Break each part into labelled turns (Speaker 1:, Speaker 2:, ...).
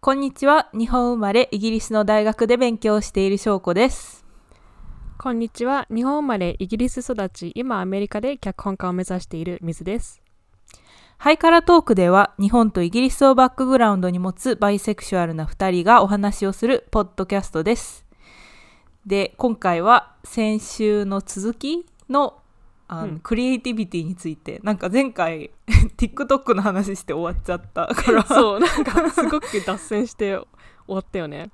Speaker 1: こんにちは。日本生まれ、イギリスの大学で勉強している翔子です。
Speaker 2: こんにちは。日本生まれ、イギリス育ち、今アメリカで脚本家を目指している水です。
Speaker 1: ハイカラトークでは、日本とイギリスをバックグラウンドに持つバイセクシュアルな2人がお話をするポッドキャストです。で、今回は先週の続きのあの、
Speaker 2: うん
Speaker 1: クリエイティビティについて、なんか前回 TikTok の話して終わっちゃったから、
Speaker 2: そう、なんかすごく脱線して終わったよね。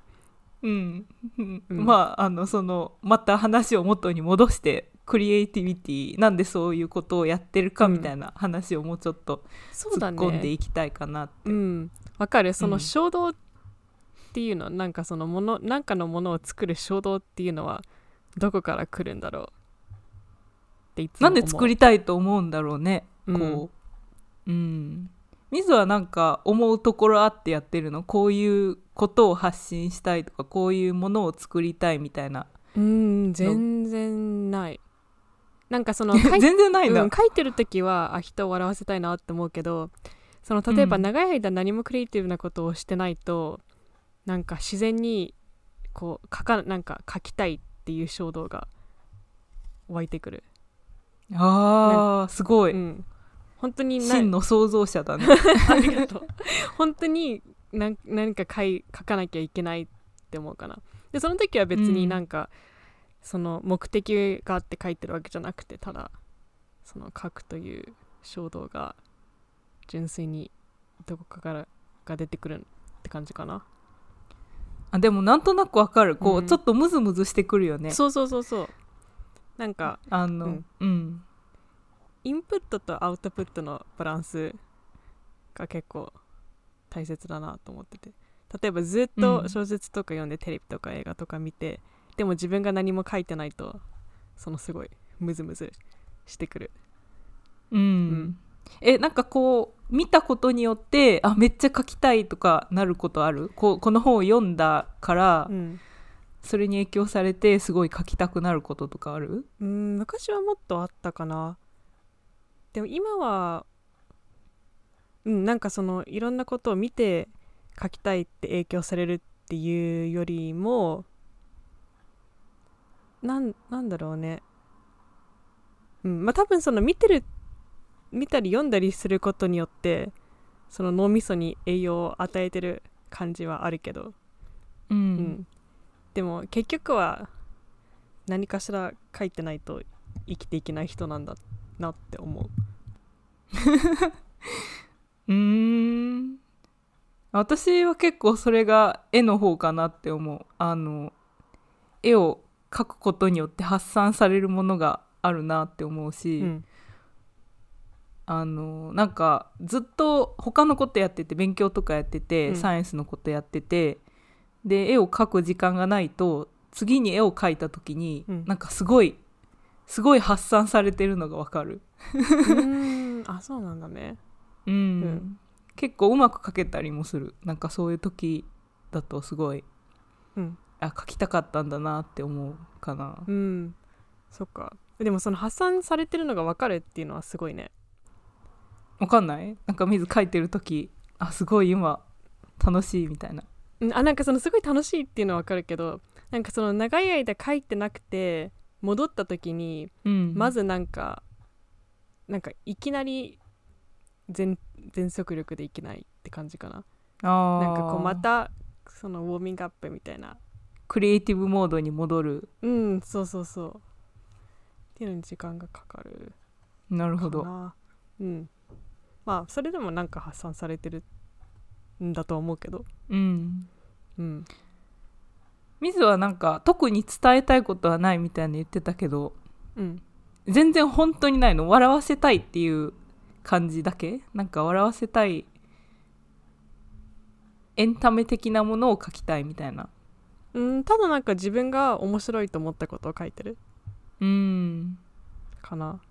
Speaker 1: うん、うん
Speaker 2: うん
Speaker 1: まああのそのまた話を元に戻してクリエイティビティなんでそういうことをやってるか
Speaker 2: うん
Speaker 1: みたいな話をもうちょっと
Speaker 2: そう
Speaker 1: 突
Speaker 2: だ
Speaker 1: っ込んで
Speaker 2: ね。
Speaker 1: いきたいかなって。
Speaker 2: うん。わかる。そ
Speaker 1: うん
Speaker 2: の衝動っていうの、なんかそのもの、なんかのものを作る衝動っていうのは、どこから来るんだろうっていつも
Speaker 1: な
Speaker 2: 思
Speaker 1: ん
Speaker 2: う
Speaker 1: で作りたいと思うんだろうね、こう。うん、みずはなんか思うところあってやってるのこういうことを発信したいとかこういうものを作りたいみたいな
Speaker 2: うん、うん、全然ない。なんか その、書い
Speaker 1: 全然ないんだ、
Speaker 2: うん、書いてる時はあ人を笑わせたいなって思うけどその例えば
Speaker 1: うん
Speaker 2: 長い間何もクリエイティブなことをしてないと、なんか自然にこう書かなんか書きたいっていう衝動が湧いてくる、
Speaker 1: あーすご
Speaker 2: う
Speaker 1: い、
Speaker 2: ん、本当にな
Speaker 1: 真の創造者だね
Speaker 2: ありがとう 本当になん何か書い書かなきゃいけないって思うかなでその時は別
Speaker 1: う
Speaker 2: に
Speaker 1: ん
Speaker 2: なんか、その目的があって書いてるわけじゃなくてただその書くという衝動が純粋にどこかからが出てくるって感じかな、
Speaker 1: あでもなんとなくわかるこう、
Speaker 2: うん
Speaker 1: ちょっとムズムズしてくるよね
Speaker 2: そうそうそうそうなんか
Speaker 1: あの、う
Speaker 2: うんん、
Speaker 1: うん、
Speaker 2: インプットとアウトプットのバランスが結構大切だなと思ってて例えばずっ
Speaker 1: うん
Speaker 2: と小説とか読んで、テレビとか映画とか見てでも自分が何も書いてないとそのすごいムズムズしてくるん
Speaker 1: えなんかこう見たことによってあめっちゃ書きたいとかなることあるこうこの本を読んだから、
Speaker 2: うん、
Speaker 1: それに影響されてすごい書きたくなることとかある
Speaker 2: うん昔はもっとあったかなでも今はうんなんかそのいろんなことを見て書きたいって影響されるっていうよりもなんなんだろうねうんまあ多分その見てる見たり読んだりすることによってその脳みそに栄養を与えてる感じはあるけど
Speaker 1: う、
Speaker 2: うんん、でも結局は何かしら書いてないと生きていけない人なんだなって思う
Speaker 1: うーん私は結構それが絵の方かなって思うあの絵を描くことによって発散されるものがあるなって思うし、
Speaker 2: うん
Speaker 1: あのなんかずっと他のことやってて勉強とかやってて、
Speaker 2: うん
Speaker 1: サイエンスのことやっててで絵を描く時間がないと次に絵を描いた時に、
Speaker 2: うん
Speaker 1: なんかすごいすごい発散されてるのがわかる、
Speaker 2: うんあそうなんだね
Speaker 1: うん
Speaker 2: ん
Speaker 1: 結構うまく描けたりもするなんかそういう時だとすごい
Speaker 2: うん、
Speaker 1: あ描きたかったんだなって思うかな、
Speaker 2: うん、そっかでもその発散されてるのが分かるっていうのはすごいね
Speaker 1: わかんないなんか水描いてる時あすごい今楽しいみたいな
Speaker 2: うんあなんかそのすごい楽しいっていうのは分かるけどなんかその長い間書いてなくて戻った時に
Speaker 1: うん
Speaker 2: まずなんかなんかいきなり全全速力でいけないって感じかな
Speaker 1: な
Speaker 2: なんかこうまたそのウォーミングアップみたいな
Speaker 1: クリエイティブモードに戻る
Speaker 2: うんそうそうそうっていうのに時間がかかる
Speaker 1: なる
Speaker 2: か
Speaker 1: ほど
Speaker 2: なうんまあそれでもなんか発散されてるんだと思うけど
Speaker 1: うん
Speaker 2: うん
Speaker 1: 水はなんか特に伝えたいことはないみたいに言ってたけど
Speaker 2: うん
Speaker 1: 全然本当にないの笑わせたいっていう感じだけなんか笑わせたいエンタメ的なものを書きたいみたいな
Speaker 2: うんただなんか自分が面白いと思ったことを書いてる
Speaker 1: うん
Speaker 2: かな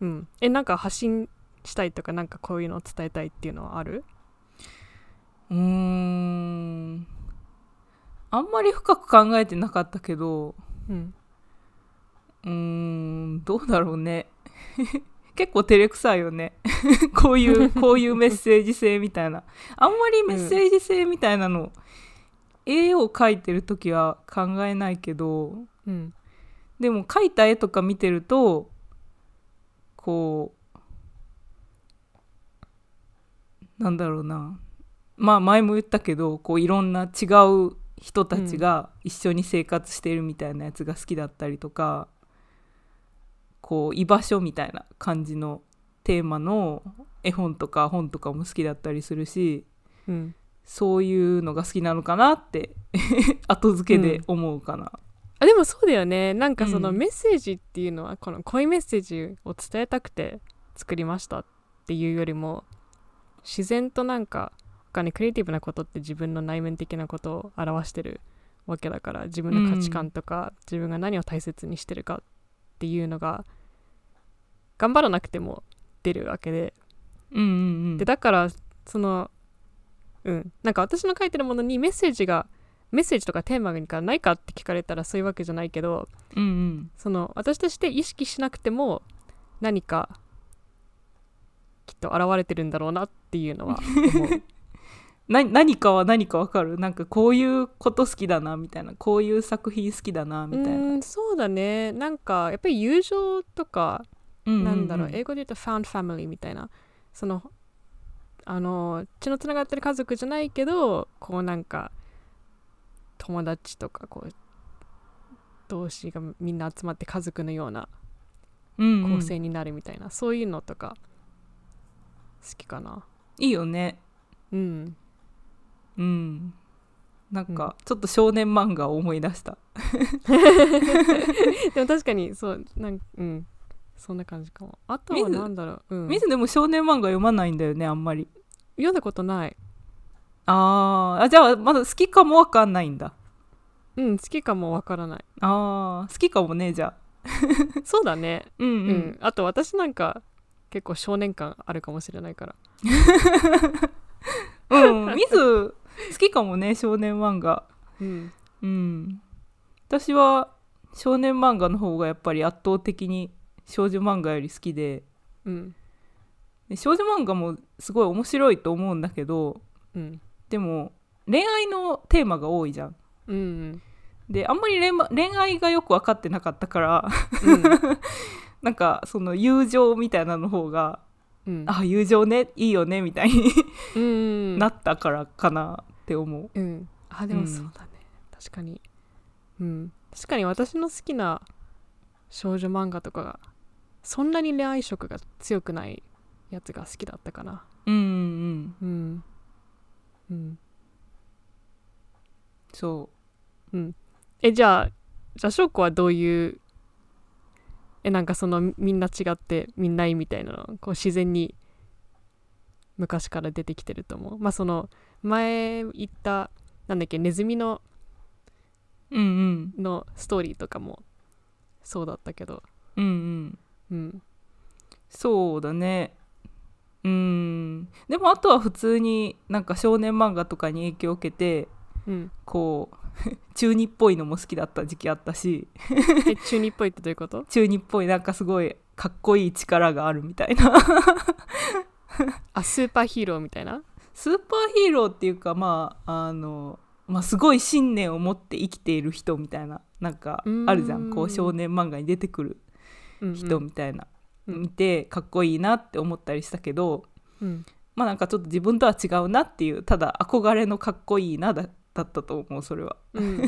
Speaker 2: うんえなんか発信したいとかなんかこういうのを伝えたいっていうのはある
Speaker 1: うーんあんまり深く考えてなかったけど
Speaker 2: うん
Speaker 1: うーんどうだろうね 結構照れくさいよね こういうこういうメッセージ性みたいなあんまりメッセージ性みたいなの、絵を描いてる時は考えないけど
Speaker 2: うん
Speaker 1: でも描いた絵とか見てるとこうなんだろうなまあ前も言ったけどこういろんな違う人たちが一緒に生活してるみたいなやつが好きだったりとか、こう居場所みたいな感じのテーマの絵本とか本とかも好きだったりするし
Speaker 2: うん
Speaker 1: そういうのが好きなのかなって 後付けで思うかな。
Speaker 2: あでもそうだよねなんかその
Speaker 1: うん
Speaker 2: メッセージっていうのはこの恋メッセージを伝えたくて作りましたっていうよりも自然となんか他にクリエイティブなことって自分の内面的なことを表してるわけだから自分の価値観とか、自分が何を大切にしてるかっていうのが頑張らなくても出るわけで
Speaker 1: うんうんうん
Speaker 2: でだからそのうんなんか私の書いてるものにメッセージがメッセージとかテーマがないかって聞かれたらそういうわけじゃないけど
Speaker 1: うんうん
Speaker 2: その私として意識しなくても何かきっと現れてるんだろうなっていう のは思う
Speaker 1: な何かは何かわかるなんかこういうこと好きだなみたいなこういう作品好きだな
Speaker 2: う
Speaker 1: みたいな、
Speaker 2: ーんそうだねなんかやっぱり友情とか、
Speaker 1: ううう
Speaker 2: なんだろう英語で言うと found family みたいなそのあの血のつながってる家族じゃないけどこうなんか友達とかこう同士がみんな集まって家族のような
Speaker 1: うんうん
Speaker 2: 構成になるみたいな、そういうのとか好きかない
Speaker 1: いよね
Speaker 2: うん
Speaker 1: うんなんかちょっと少年漫画を思い出した
Speaker 2: でも確かにそうなんうんそんな感じかもあとは
Speaker 1: 水
Speaker 2: なんだろう、うん、
Speaker 1: 水でも少年漫画読まないんだよねあんまり
Speaker 2: 読んだことない
Speaker 1: あーあじゃあまだ好きかもわかんないんだ
Speaker 2: うん好きかもわからない
Speaker 1: あー好きかもねじゃあ
Speaker 2: そうだね
Speaker 1: うん
Speaker 2: う、
Speaker 1: うん
Speaker 2: あと私なんか結構少年感あるかもしれないから
Speaker 1: うん、水好きかもね少年漫画
Speaker 2: うん
Speaker 1: うん、私は少年漫画の方がやっぱり圧倒的に少女漫画より好きで
Speaker 2: うん
Speaker 1: で少女漫画もすごい面白いと思うんだけど
Speaker 2: うん
Speaker 1: でも恋愛のテーマが多いじゃん。
Speaker 2: うんうん
Speaker 1: であんまり恋ま恋愛がよく分かってなかったから なんかその友情みたいなの方が
Speaker 2: うん
Speaker 1: あ友情ねいいよねみたいに
Speaker 2: うんうん
Speaker 1: なったからかなって思う。
Speaker 2: うんあで
Speaker 1: う
Speaker 2: も
Speaker 1: ん
Speaker 2: そうだね、確かにうん確かに私の好きな少女漫画とかがそんなに恋愛色が強くないやつが好きだったかな
Speaker 1: うんうん
Speaker 2: うんうん
Speaker 1: そ
Speaker 2: えじゃあじゃあ翔子はどういうえなんかそのみんな違ってみんないいみたいなのこう自然に昔から出てきてると思うまあその前言ったなんだっけネズミの
Speaker 1: ううんうん
Speaker 2: のストーリーとかもそうだったけど
Speaker 1: うんうん
Speaker 2: うん
Speaker 1: そうだねうんでもあとは普通になんか少年漫画とかに影響を受けて
Speaker 2: うん
Speaker 1: こう 中二っぽいのも好きだった時期あったし
Speaker 2: え中二っぽいってどういうこと
Speaker 1: 中二っぽいなんかすごいかっこいい力があるみたいな
Speaker 2: あスーパーヒーローみたいな
Speaker 1: スーパーヒーローっていうかまああの、まあ、すごい信念を持って生きている人みたいななんかあるじゃ
Speaker 2: う
Speaker 1: ん
Speaker 2: ん
Speaker 1: こう少年漫画に出てくる
Speaker 2: うんうん
Speaker 1: 人みたいな、
Speaker 2: うん
Speaker 1: 見てかっこいいなって思ったりしたけど、
Speaker 2: うん
Speaker 1: まあなんかちょっと自分とは違うなっていうただ憧れのかっこいいなだだったと思うそれは。
Speaker 2: うん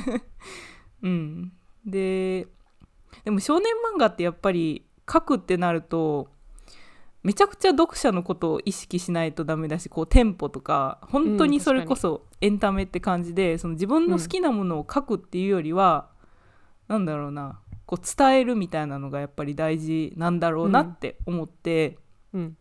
Speaker 1: うん、ででも少年漫画ってやっぱり書くってなるとめちゃくちゃ読者のことを意識しないとダメだしこうテンポとか本当
Speaker 2: うん
Speaker 1: に
Speaker 2: 確
Speaker 1: そ
Speaker 2: かに
Speaker 1: れこそエンタメって感じで、その自分の好きなものを書くっていうよりは、なんだろうなこう伝えるみたいなのがやっぱり大事なんだろうなって思って。
Speaker 2: うん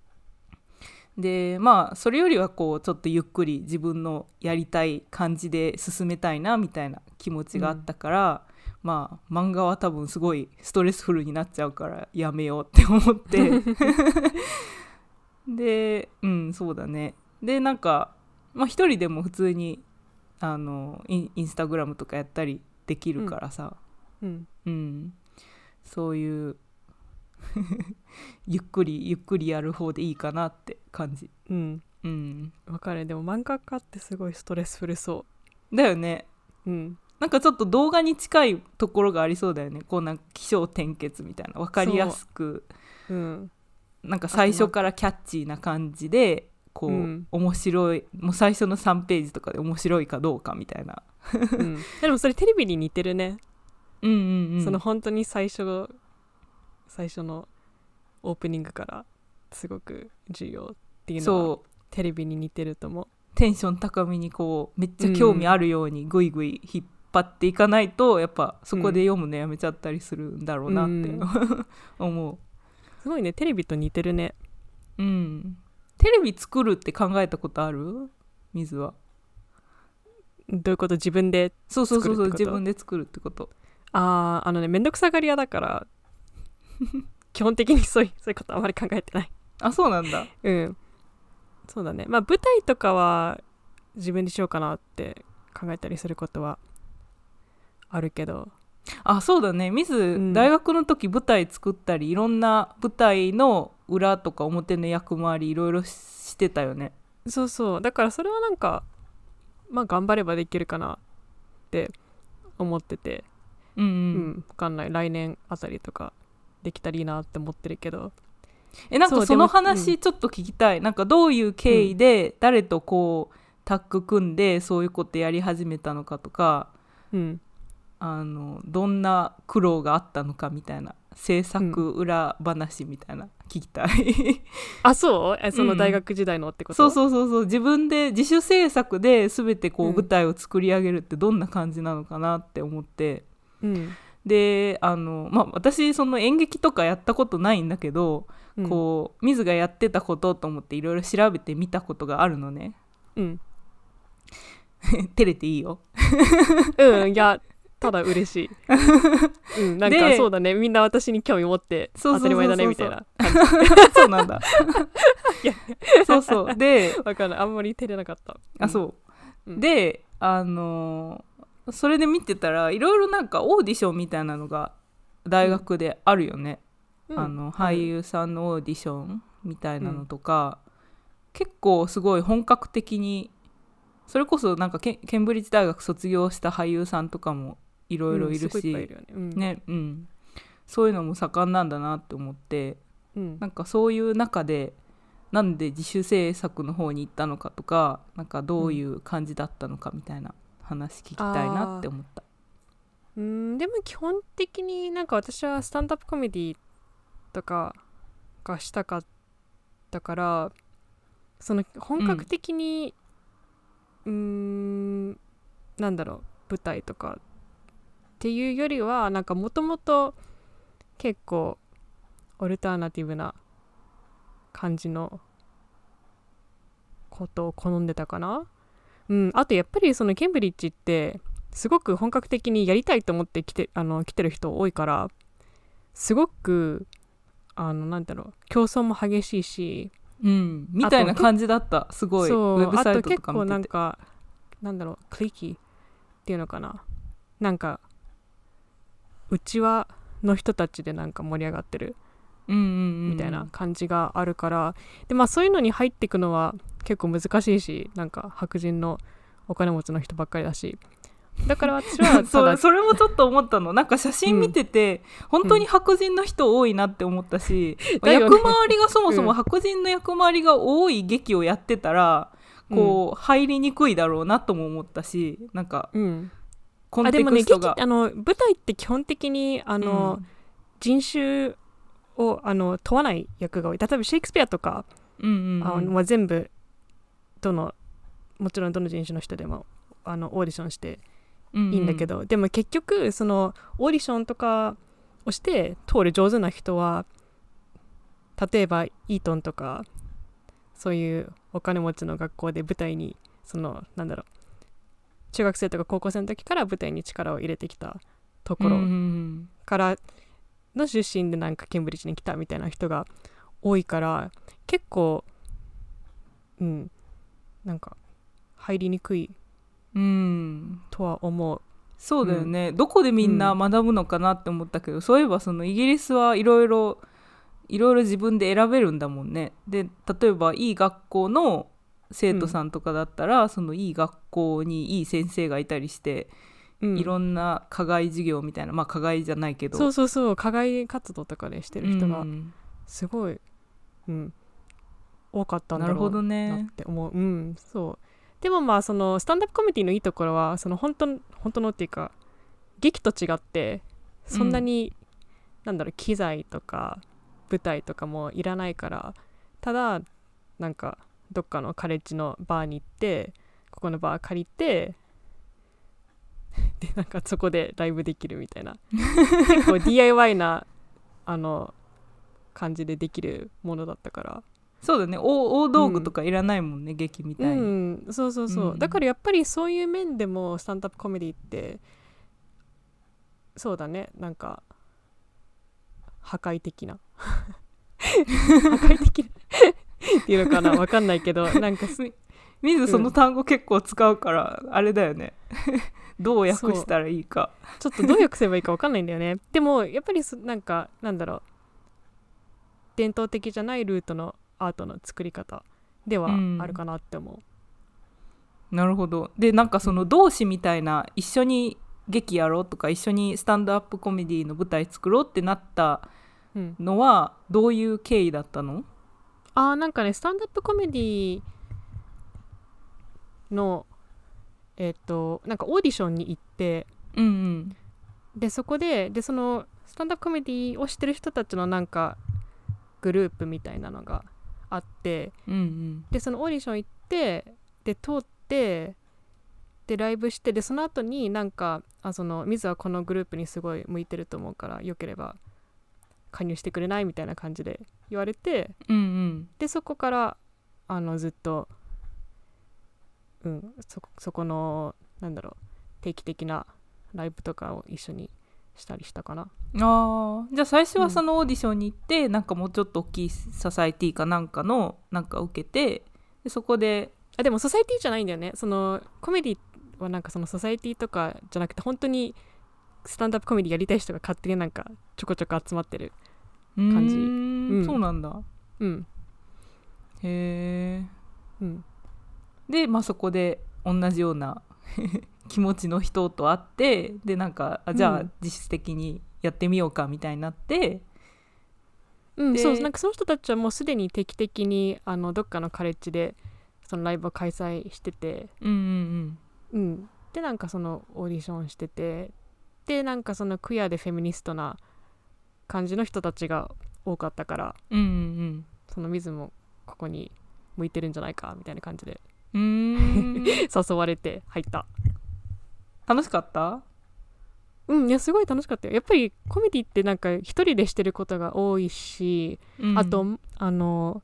Speaker 1: でまあそれよりはこうちょっとゆっくり自分のやりたい感じで進めたいなみたいな気持ちがあったから、まあ漫画は多分すごいストレスフルになっちゃうからやめようって思って でうんそうだねでなんか、まあ、一人でも普通にあのインインスタグラムとかやったりできるからさ、
Speaker 2: うん
Speaker 1: うん、そういう ゆっくりゆっくりやる方でいいかなって感じ
Speaker 2: うん
Speaker 1: うん
Speaker 2: わかるでも漫画家ってすごいストレスフルそ
Speaker 1: だよね
Speaker 2: ううん
Speaker 1: なんかちょっと動画に近いところがありそうだよねこうなんか起承転結みたいな分かりやすく
Speaker 2: うん
Speaker 1: なんか最初からキャッチーな感じでこう、
Speaker 2: うん
Speaker 1: 面白いもう最初の3ページとかで面白いかどうかみたいな
Speaker 2: うん、でもそれテレビに似てるね、
Speaker 1: うんうんうん
Speaker 2: その本当に最初最初のオープニングからすごく重要っていうのは
Speaker 1: そう
Speaker 2: テレビに似てると思
Speaker 1: テンション高めにこうめっちゃ興味あるようにぐいぐい引っ張っていかないと、やっぱそこで読むのやめちゃったりするんだろうなって、
Speaker 2: うん
Speaker 1: 思
Speaker 2: うすごいねテレビと似てるね
Speaker 1: ううんテレビ作るって考えたことある水は
Speaker 2: どういうこと自分で
Speaker 1: そうそうそうそう
Speaker 2: 作るってこと
Speaker 1: 自分で作るってこと
Speaker 2: あああのねめんどくさがり屋だから 基本的にそういうそういうことあまり考えてない
Speaker 1: あそうなんだ
Speaker 2: うんそうだねまあ舞台とかは自分でしようかなって考えたりすることはあるけど
Speaker 1: あそうだねミス、
Speaker 2: ん
Speaker 1: 大学の時舞台作ったりいろんな舞台の裏とか表の役回りいろいろしてたよね
Speaker 2: そうそうだからそれはなんかまあ頑張ればできるかなって思ってて
Speaker 1: うんう、
Speaker 2: うんん分かんない来年あたりとかできたらいいなって思ってるけど
Speaker 1: えなん
Speaker 2: そ
Speaker 1: か
Speaker 2: う
Speaker 1: その
Speaker 2: でもう
Speaker 1: 話ちょっと聞きたい、なんかどういう経緯で誰とこうタッグ組んでそういうことやり始めたのかとか
Speaker 2: うん
Speaker 1: あのどんな苦労があったのかみたいな制作裏話みたいな聞きたい、
Speaker 2: あそうえその
Speaker 1: うん
Speaker 2: 大学時代のってこと、
Speaker 1: そうそうそうそう自分で自主制作で全てこ
Speaker 2: う
Speaker 1: うん舞台を作り上げるってどんな感じなのかなって思って
Speaker 2: うん、
Speaker 1: であのまあ私その演劇とかやったことないんだけど、
Speaker 2: うん、
Speaker 1: こう水がやってたことと思っていろいろ調べてみたことがあるのね
Speaker 2: うん、
Speaker 1: 照れていいよ
Speaker 2: うん、いやただ嬉しい、うん、なんか
Speaker 1: で
Speaker 2: そうだねみんな私に興味持って
Speaker 1: そうそう
Speaker 2: 当
Speaker 1: そ
Speaker 2: た
Speaker 1: う
Speaker 2: り
Speaker 1: そう
Speaker 2: 前だねみたいな
Speaker 1: そうなんだ
Speaker 2: いや
Speaker 1: そうそうで
Speaker 2: わかんないあんまり照れなかった
Speaker 1: あそう、
Speaker 2: うん
Speaker 1: であのーそれで見てたらいろいろなんかオーディションみたいなのが大学であるよね、
Speaker 2: うん
Speaker 1: あの俳優さんのオーディションみたいなのとか、結構すごい本格的にそれこそなんかケンケンブリッジ大学卒業した俳優さんとかもいろいろいる
Speaker 2: うんすご
Speaker 1: し、
Speaker 2: っぱいいるよねうん
Speaker 1: ねうん、そういうのも盛んなんだなって思って
Speaker 2: うん
Speaker 1: なんかそういう中でなんで自主制作の方に行ったのかとかなんかどういう感じだったのかみたいな話聞きたいなって思った。
Speaker 2: うんでも基本的になんか私はスタンダップコメディとかがしたかったからその本格的にうーんなんだろう舞台とかっていうよりはなんかもともと結構オルターナティブな感じのことを好んでたかなうんあとやっぱりそのケンブリッジってすごく本格的にやりたいと思って来てあの来てる人多いからすごくあのなんだろう競争も激しいし
Speaker 1: うん、みたいな感じだったすごいウ
Speaker 2: そう
Speaker 1: ェブサイトと
Speaker 2: あと結
Speaker 1: か
Speaker 2: 構な
Speaker 1: 見
Speaker 2: ん
Speaker 1: てて
Speaker 2: かなんだろうクリキっていうのかななんかうちわの人たちでなんか盛り上がってる
Speaker 1: み
Speaker 2: みたいな感じがあるから、でまあそういうのに入っていくのは結構難しいしなんか白人のお金持ちの人ばっかりだしだから私は た
Speaker 1: そ
Speaker 2: だ
Speaker 1: うそれもちょっと思ったのなんか写真見てて、本当に白人の人多いなって思ったし、
Speaker 2: だよね
Speaker 1: 役回りがそもそも
Speaker 2: うん
Speaker 1: 白人の役回りが多い劇をやってたら、こう入りにくいだろうなとも思ったしなんか
Speaker 2: うん、
Speaker 1: コン
Speaker 2: あで
Speaker 1: テ
Speaker 2: もね
Speaker 1: クス
Speaker 2: 劇
Speaker 1: ト
Speaker 2: あ
Speaker 1: が。
Speaker 2: の舞台って基本的にあの、人種をあの問わない役が多い例えばシェイクスピアとか
Speaker 1: うんうんうん
Speaker 2: あのまあ、全部どのもちろんどの人種の人でもあのオーディションして
Speaker 1: うん
Speaker 2: いいんだけど、でも結局そのオーディションとかをして通る上手な人は例えばイートンとかそういうお金持ちの学校で舞台にそのなんだろう中学生とか高校生の時から舞台に力を入れてきたところ
Speaker 1: うんうん
Speaker 2: からの出身でなんかケンブリッジに来たみたいな人が多いから結構うんなんか入りにくい
Speaker 1: うんうん
Speaker 2: とは思う
Speaker 1: そうだよね、どこでみんな学ぶのかなって思ったけど、そういえばそのイギリスはいろいろいろいろ自分で選べるんだもんねで例えばいい学校の生徒さんとかだったら、そのいい学校にいい先生がいたりして、
Speaker 2: うん
Speaker 1: いろんな課外授業みたいなまあ課外じゃないけど
Speaker 2: そうそうそう課外活動とかでしてる人
Speaker 1: う
Speaker 2: が
Speaker 1: ん
Speaker 2: すごい、うん、多かったん
Speaker 1: な
Speaker 2: だ
Speaker 1: る
Speaker 2: ろ
Speaker 1: ほ
Speaker 2: う
Speaker 1: ど
Speaker 2: な
Speaker 1: ね
Speaker 2: って思う、うんそうでもまあそのスタンダップコメディのいいところはその本当の本当のっていうか劇と違ってそんなに、なんだろう機材とか舞台とかもいらないからただなんかどっかのカレッジのバーに行ってここのバー借りてでなんかそこでライブできるみたいな結構 DIY なあの感じでできるものだったから
Speaker 1: そうだね大大道具とかいらないもんね、劇みたいに、
Speaker 2: うん、そうそうそう、
Speaker 1: うん
Speaker 2: だからやっぱりそういう面でもスタンダップコメディってそうだねなんか破壊的な破壊的なっていうのかなわかんないけどなんかす
Speaker 1: 水その単語結構使うから、あれだよね どう訳したらいいか
Speaker 2: ちょっとどう訳せばいいかわかんないんだよねでもやっぱりそなんかなんだろう伝統的じゃないルートのアートの作り方では
Speaker 1: うん
Speaker 2: あるかなって思う、
Speaker 1: なるほどでなんかその同志みたいな一緒に劇やろうとか一緒にスタンドアップコメディの舞台作ろうってなった
Speaker 2: うん、
Speaker 1: のはどういう経緯だったの
Speaker 2: あーなんかねスタンダップコメディのえっ、となんかオーディションに行って
Speaker 1: うんうん
Speaker 2: でそこででそのスタンダップコメディをしてる人たちのなんかグループみたいなのがあって
Speaker 1: うんうん
Speaker 2: でそのオーディション行ってで通ってでライブしてでその後になんかあその水はこのグループにすごい向いてると思うからよければ加入してくれないみたいな感じで言われて
Speaker 1: うんうん
Speaker 2: でそこからあのずっと、うん、そそこのなんだろう定期的なライブとかを一緒にしたりしたかな
Speaker 1: あーじゃあ最初はそのオーディションに行って、なんかもうちょっと大きいササイティかなんかのなんか受けてでそこで
Speaker 2: あでもソサイティじゃないんだよねそのコメディはなんかそのソサイティとかじゃなくて本当にスタンダップコメディやりたい人が勝手になんかちょこちょこ集まってる
Speaker 1: 感
Speaker 2: じうん
Speaker 1: そうなんだ
Speaker 2: うん
Speaker 1: へえ
Speaker 2: うん
Speaker 1: で、まあ、そこで同じような 気持ちの人と会ってでなんかあじゃ
Speaker 2: う
Speaker 1: あ
Speaker 2: ん
Speaker 1: 実質的にやってみようかみたいになって、
Speaker 2: うん、
Speaker 1: で
Speaker 2: そうなんかその人たちはもうすでに定期的にあのどっかのカレッジでそのライブを開催してて
Speaker 1: うんうん
Speaker 2: うん、でなんかそのオーディションしててでなんかそのクィアでフェミニストな感じの人たちが多かったから
Speaker 1: うん、うん
Speaker 2: その水もここに向いてるんじゃないかみたいな感じで
Speaker 1: うんうんうーん
Speaker 2: 誘われて入った
Speaker 1: 楽しかった
Speaker 2: うんいやすごい楽しかったよやっぱりコメディってなんか一人でしてることが多いし、あとあの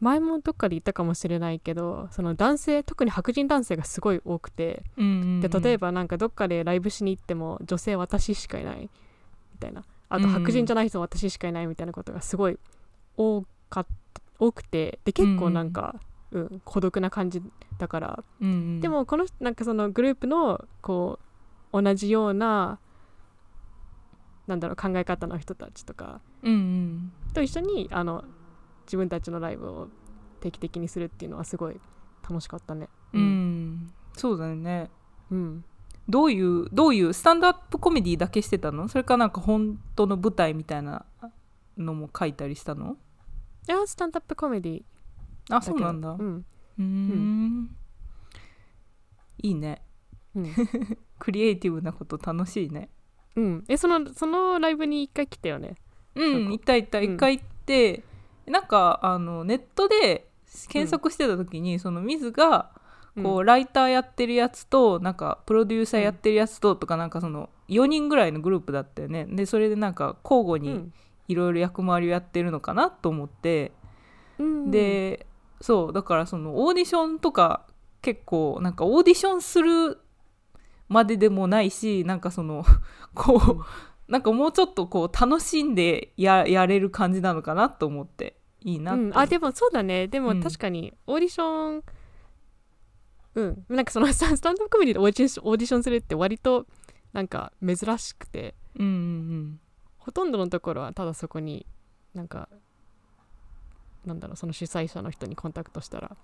Speaker 2: 前もどっかで言ったかもしれないけどその男性特に白人男性がすごい多くてで例え
Speaker 1: ば
Speaker 2: ばなんかどっかでライブしに行っても女性私しかいないみたいなあ
Speaker 1: う
Speaker 2: と
Speaker 1: んうん
Speaker 2: 白人じゃない人私しかいないみたいなことがすごい多かっ多くてで結構なんか、うん孤独な感じだから、でもこのなんかそのグループのこう同じようななんだろう考え方の人たちとか
Speaker 1: うん
Speaker 2: と一緒にあの自分たちのライブを定期的にするっていうのはすごい楽しかったね。
Speaker 1: うん、うんそうだよね
Speaker 2: うん
Speaker 1: どういうどういうスタンドアップコメディだけしてたのそれかなんか本当の舞台みたいなのも書いたりしたの
Speaker 2: いやスタンダップコメディ
Speaker 1: あ
Speaker 2: だけ
Speaker 1: そうなんだ
Speaker 2: うん、
Speaker 1: うーんいいね
Speaker 2: うん、
Speaker 1: クリエイティブなこと楽しいね
Speaker 2: うん、えそのそのライブに一回来たよね
Speaker 1: う
Speaker 2: そうんか
Speaker 1: 行った行った
Speaker 2: うん
Speaker 1: 一回行って、なんかあのネットで検索してた時に、その水がこう、ライターやってるやつとなんかプロデューサーやってるやつととかなんかその4人ぐらいのグループだったよねでそれでなんか交互
Speaker 2: うん
Speaker 1: にいろいろ役回りをやってるのかなと思って、
Speaker 2: うん
Speaker 1: でそうだからそのオーディションとか結構なんかオーディションするまででもないしなんかその こう、
Speaker 2: うん
Speaker 1: なんかもうちょっとこう楽しんでややれる感じなのかなと思っていいな
Speaker 2: う
Speaker 1: って、
Speaker 2: ん、あでもそうだねで
Speaker 1: う
Speaker 2: も
Speaker 1: ん
Speaker 2: 確かにオーディションうん、なんかその スタンスタンドアップコメディでオーディションオーディションするって割となんか珍しくて
Speaker 1: うんうん
Speaker 2: ほとんどのところはただそこになんかなんだろうその主催者の人にコンタクトしたら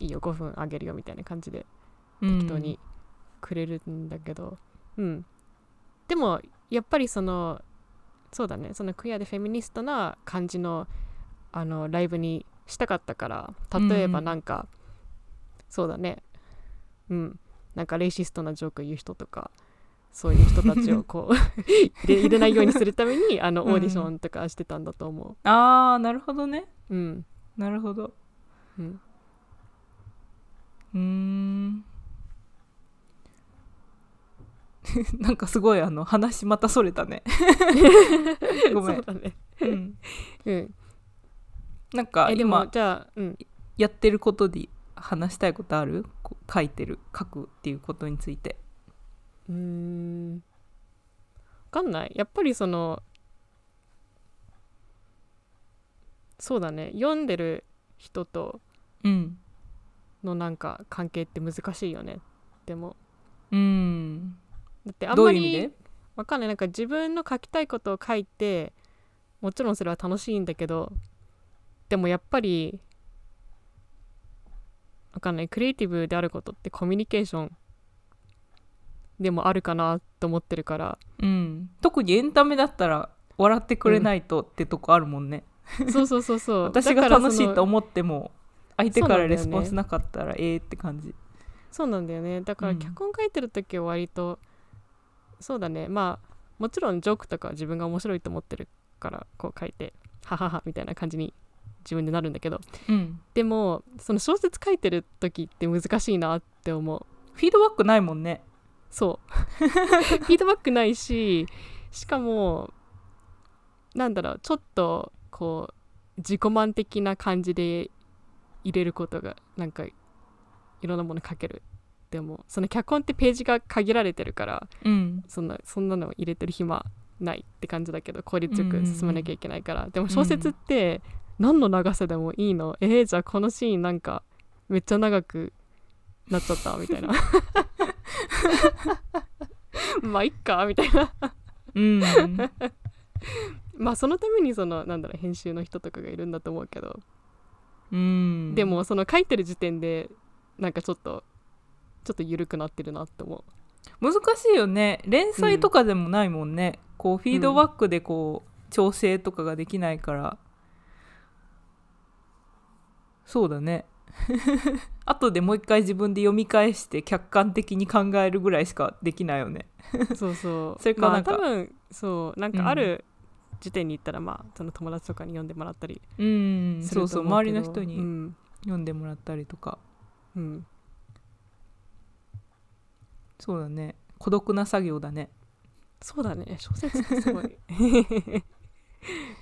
Speaker 2: いいよ5分あげるよみたいな感じで
Speaker 1: 適
Speaker 2: 人にくれるんだけど、うんでもやっぱりそのそうだねそのクイアでフェミニストな感じのあのライブにしたかったから例えば
Speaker 1: うん
Speaker 2: なんか、そうだねうんなんかレイシストなジョーク言う人とかそういう人たちをこう 入れ入れないようにするためにあの
Speaker 1: うん
Speaker 2: オーディションとかしてたんだと思
Speaker 1: ああなるほどね
Speaker 2: う。うん
Speaker 1: なるほど
Speaker 2: うん、
Speaker 1: うーん なんかすごいあの話またそれた ねごめ、
Speaker 2: そうんだね、
Speaker 1: うん、
Speaker 2: うん、
Speaker 1: なんか
Speaker 2: えでも
Speaker 1: 今
Speaker 2: じゃあ、うん、
Speaker 1: やってることで話したいことあるこう書いてる書くっていうことについて
Speaker 2: うーんわかんないやっぱりそのそうだね読んでる人と
Speaker 1: うん
Speaker 2: のなんか関係って難しいよねでも
Speaker 1: うん
Speaker 2: だってあん
Speaker 1: ど
Speaker 2: ま
Speaker 1: ういう意味で
Speaker 2: りわかんないなんか自分の書きたいことを書いてもちろんそれは楽しいんだけどでもやっぱりわかんないクリエイティブであることってコミュニケーションでもあるかなと思ってるから
Speaker 1: うん特にエンタメだったら笑ってくれないとってとこあるもんね、
Speaker 2: そうそうそうそう
Speaker 1: 私
Speaker 2: だ
Speaker 1: が
Speaker 2: からそ
Speaker 1: 楽しいと
Speaker 2: の
Speaker 1: 思っても相手
Speaker 2: そ
Speaker 1: か
Speaker 2: うな
Speaker 1: ら
Speaker 2: んだよ
Speaker 1: レ
Speaker 2: ね
Speaker 1: スポンスなかったらええって感じ
Speaker 2: そうなんだよねだから
Speaker 1: うん
Speaker 2: 脚本書いてる時は割と、そうだねまあもちろんジョークとかは自分が面白いと思ってるからこう書いてはははみたいな感じに自分でなるんだけど
Speaker 1: うん
Speaker 2: でもその小説書いてる時って難しいなって思う
Speaker 1: フィードバックないもんね
Speaker 2: そう フィードバックないししかもなんだろうちょっとこう自己満的な感じで入れることがなんかいろんなもの書けるでもその脚本ってページが限られてるから
Speaker 1: うん
Speaker 2: そんなそんなの入れてる暇ないって感じだけど効率よ
Speaker 1: うんうんう
Speaker 2: く
Speaker 1: ん
Speaker 2: 進まなきゃいけないから、でも小説って何の長さでもいいの、えー、じゃあこのシーンなんかめっちゃ長くなっちゃったみたいな まあいっかみたいな
Speaker 1: うん
Speaker 2: まあそのためにそのなんだろう編集の人とかがいるんだと思うけど、
Speaker 1: うん
Speaker 2: でもその書いてる時点でなんかちょっとちょっと緩くなってるなって思
Speaker 1: 難しいよね連載とかでもないもんね、こうフィードバックでこう調整とかができないからそうだね 後でもう一回自分で読み返して客観的に考えるぐらいしかできないよね
Speaker 2: う そうそう
Speaker 1: それか
Speaker 2: ま
Speaker 1: な
Speaker 2: あ
Speaker 1: んか
Speaker 2: 多分そうなんかある時点に行ったら、まあその友達とかに読んでもらったり
Speaker 1: うん
Speaker 2: す
Speaker 1: そ
Speaker 2: る
Speaker 1: う
Speaker 2: と
Speaker 1: そう
Speaker 2: 思
Speaker 1: 周
Speaker 2: うけ
Speaker 1: り
Speaker 2: ど
Speaker 1: の人
Speaker 2: う
Speaker 1: に
Speaker 2: ん
Speaker 1: 読んでもらったりとか、
Speaker 2: うん
Speaker 1: そうだね孤独な作業だね
Speaker 2: そうだね小説ってすご い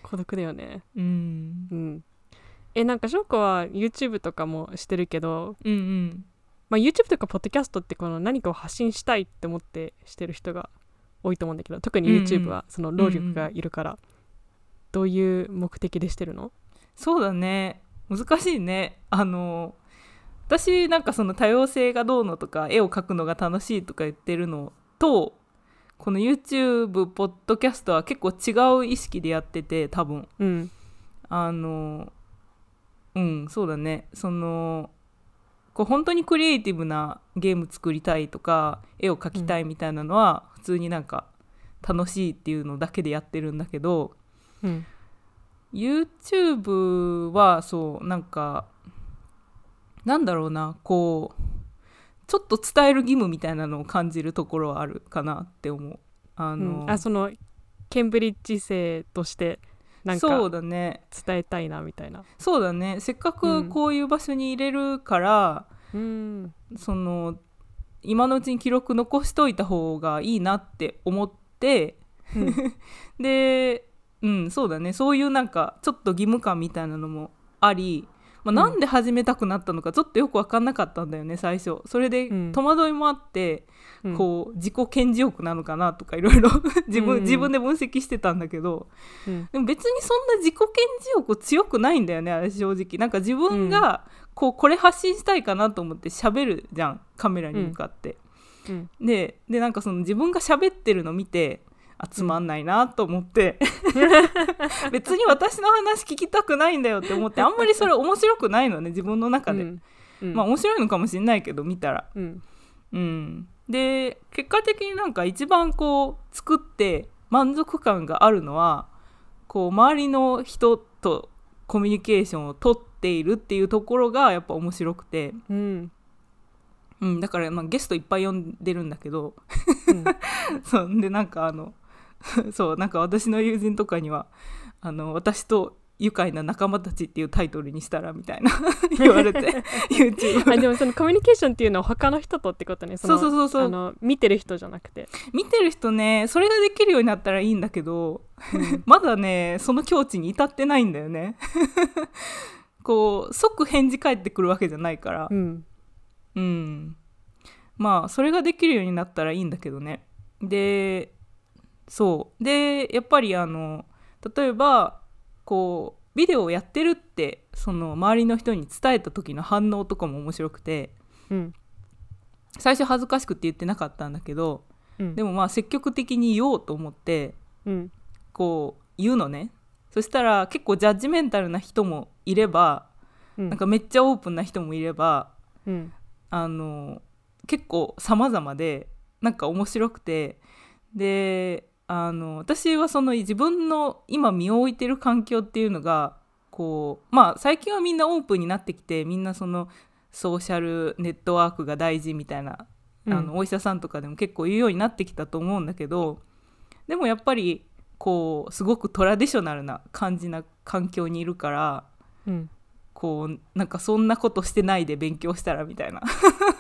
Speaker 2: 孤独だよね
Speaker 1: うん
Speaker 2: うんえなんか翔子は YouTube とかもしてるけど、
Speaker 1: うんうん
Speaker 2: まあ、YouTube とかポッドキャストってこの何かを発信したいって思ってしてる人が多いと思うんだけど特に YouTube はその労力がいるから、どういう目的でしてるの
Speaker 1: そうだね難しいねあの私なんかその多様性がどうのとか絵を描くのが楽しいとか言ってるのとこの YouTube ポッドキャストは結構違う意識でやってて多分
Speaker 2: うん
Speaker 1: あのうんそうだねそのこう本当にクリエイティブなゲーム作りたいとか絵を描きたいみたいなのは普通になんか楽しいっていうのだけでやってるんだけど、
Speaker 2: うん
Speaker 1: YouTube はそうなんかなんだろうなこうちょっと伝える義務みたいなのを感じるところはあるかなって思うあ
Speaker 2: あ
Speaker 1: の、
Speaker 2: そのケンブリッジ生としてなん
Speaker 1: そう
Speaker 2: か
Speaker 1: だね
Speaker 2: 伝えたいなみたいな
Speaker 1: そうだねせっか
Speaker 2: う
Speaker 1: く
Speaker 2: ん
Speaker 1: こういう場所に入れるから、
Speaker 2: うん
Speaker 1: その今のうちに記録残しといた方がいいなって思って
Speaker 2: うん
Speaker 1: でうんそうだねそういうなんかちょっと義務感みたいなのもあり、まあ、
Speaker 2: ん
Speaker 1: なんで始めたくなったのかちょっとよく分かんなかったんだよね最初それで
Speaker 2: うん
Speaker 1: 戸惑いもあって、
Speaker 2: うん
Speaker 1: こう自己顕示欲なのかなとかいろいろ 自
Speaker 2: うん
Speaker 1: 分、
Speaker 2: うん
Speaker 1: 自分で分析してたんだけど
Speaker 2: うん
Speaker 1: でも別にそんな自己顕示欲強くないんだよねあれ正直なんか自分がこうこれ発信したいかなと思って喋るじゃんカメラに向かって、
Speaker 2: うん
Speaker 1: ででなんかその自分が喋ってるの見てあつまんないなと思って 別に私の話聞きたくないんだよって思ってあんまりそれ面白くないのね自分の中で、
Speaker 2: うんうん
Speaker 1: まあ面白いのかもしんないけど見たら
Speaker 2: うん
Speaker 1: うんで結果的になんか一番こう作って満足感があるのはこう周りの人とコミュニケーションをとっているっていうところがやっぱ面白くて、
Speaker 2: うん
Speaker 1: うん、だからまあゲストいっぱい呼んでるんだけど
Speaker 2: うん
Speaker 1: そんでなんかあの そうなんか私の友人とかには「あの私と愉快な仲間たち」っていうタイトルにしたらみたいな 言われ て
Speaker 2: あ
Speaker 1: YouTube
Speaker 2: でもそのコミュニケーションっていうのは他の人とってこと ねの
Speaker 1: そうそうそうそう
Speaker 2: あの見てる人じゃなくて、
Speaker 1: 見てる人ねそれができるようになったらいいんだけどまだねその境地に至ってないんだよね こう即返事返ってくるわけじゃないから
Speaker 2: うん
Speaker 1: うん、まあそれができるようになったらいいんだけどねでそうでやっぱりあの例えばこうビデオをやってるってその周りの人に伝えた時の反応とかも面白くて
Speaker 2: うん
Speaker 1: 最初恥ずかしくって言ってなかったんだけど
Speaker 2: うん
Speaker 1: でもまあ積極的に言おうと思って
Speaker 2: うん
Speaker 1: こう言うのねそしたら結構ジャッジメンタルな人もいれば
Speaker 2: うん
Speaker 1: なんかめっちゃオープンな人もいれば
Speaker 2: うん
Speaker 1: あの結構様々でなんか面白くてであの私はその自分の今身を置いてる環境っていうのがこうまあ最近はみんなオープンになってきてみんなそのソーシャルネットワークが大事みたいな、あのお医者さんとかでも結構言うようになってきたと思うんだけどでもやっぱりこうすごくトラディショナルな感じな環境にいるから
Speaker 2: うん
Speaker 1: こうなんかそんなことしてないで勉強したらみたいな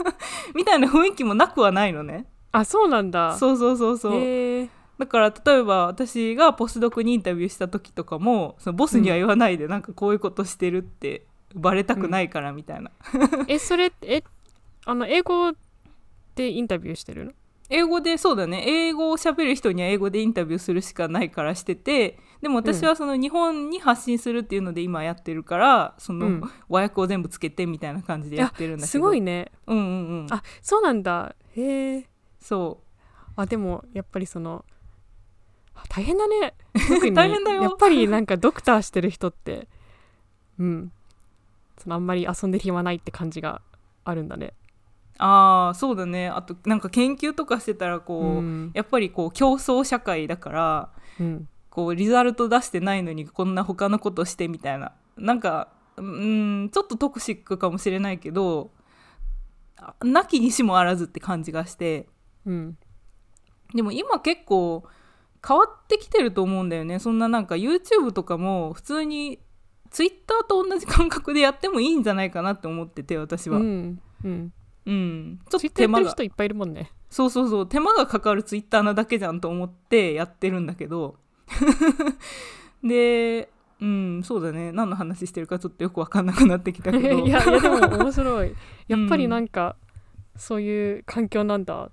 Speaker 1: みたいな雰囲気もなくはないのね
Speaker 2: あそうなんだ
Speaker 1: そうそうそうそう、
Speaker 2: へえ
Speaker 1: だから例えば私がポスドクにインタビューした時とかもそのボスには言わないで、なんかこういうことしてるってバレたくないからみたいな、
Speaker 2: えそれえあの英語でインタビューしてるの
Speaker 1: 英語でそうだね英語を喋る人には英語でインタビューするしかないからしててでも私はその日本に発信するっていうので今やってるからその、
Speaker 2: うん
Speaker 1: 和訳を全部つけてみたいな感じでやってるんだけど
Speaker 2: すごいね
Speaker 1: うんうんうん
Speaker 2: あそうなんだへえ
Speaker 1: そう
Speaker 2: あでもやっぱりそのあ大変 だね特に
Speaker 1: 大変だよ
Speaker 2: やっぱりなんかドクターしてる人ってうんそのあんまり遊んでる暇ないって感じがあるんだね
Speaker 1: ああそうだねあとなんか研究とかしてたらこう、
Speaker 2: うん
Speaker 1: やっぱりこう競争社会だから
Speaker 2: うん
Speaker 1: こうリザルト出してないのにこんな他のことしてみたいななんかうんちょっとトクシックかもしれないけどあなきにしもあらずって感じがして
Speaker 2: うん
Speaker 1: でも今結構変わってきてると思うんだよねそんななんか YouTube とかも普通に Twitter と同じ感覚でやってもいいんじゃないかなって思ってて私は、
Speaker 2: う
Speaker 1: うん
Speaker 2: んうん
Speaker 1: ちょっ
Speaker 2: ツ
Speaker 1: と
Speaker 2: イッター
Speaker 1: 手間
Speaker 2: やってる
Speaker 1: が
Speaker 2: 人いっぱいいるもんね
Speaker 1: そうそうそう手間がかかるツイッターなだけじゃんと思ってやってるんだけど でうんそうだね何の話してるかちょっとよく分かんなくなってきたけど
Speaker 2: いやいやでも面 白いやっぱりなんか、そういう環境なんだ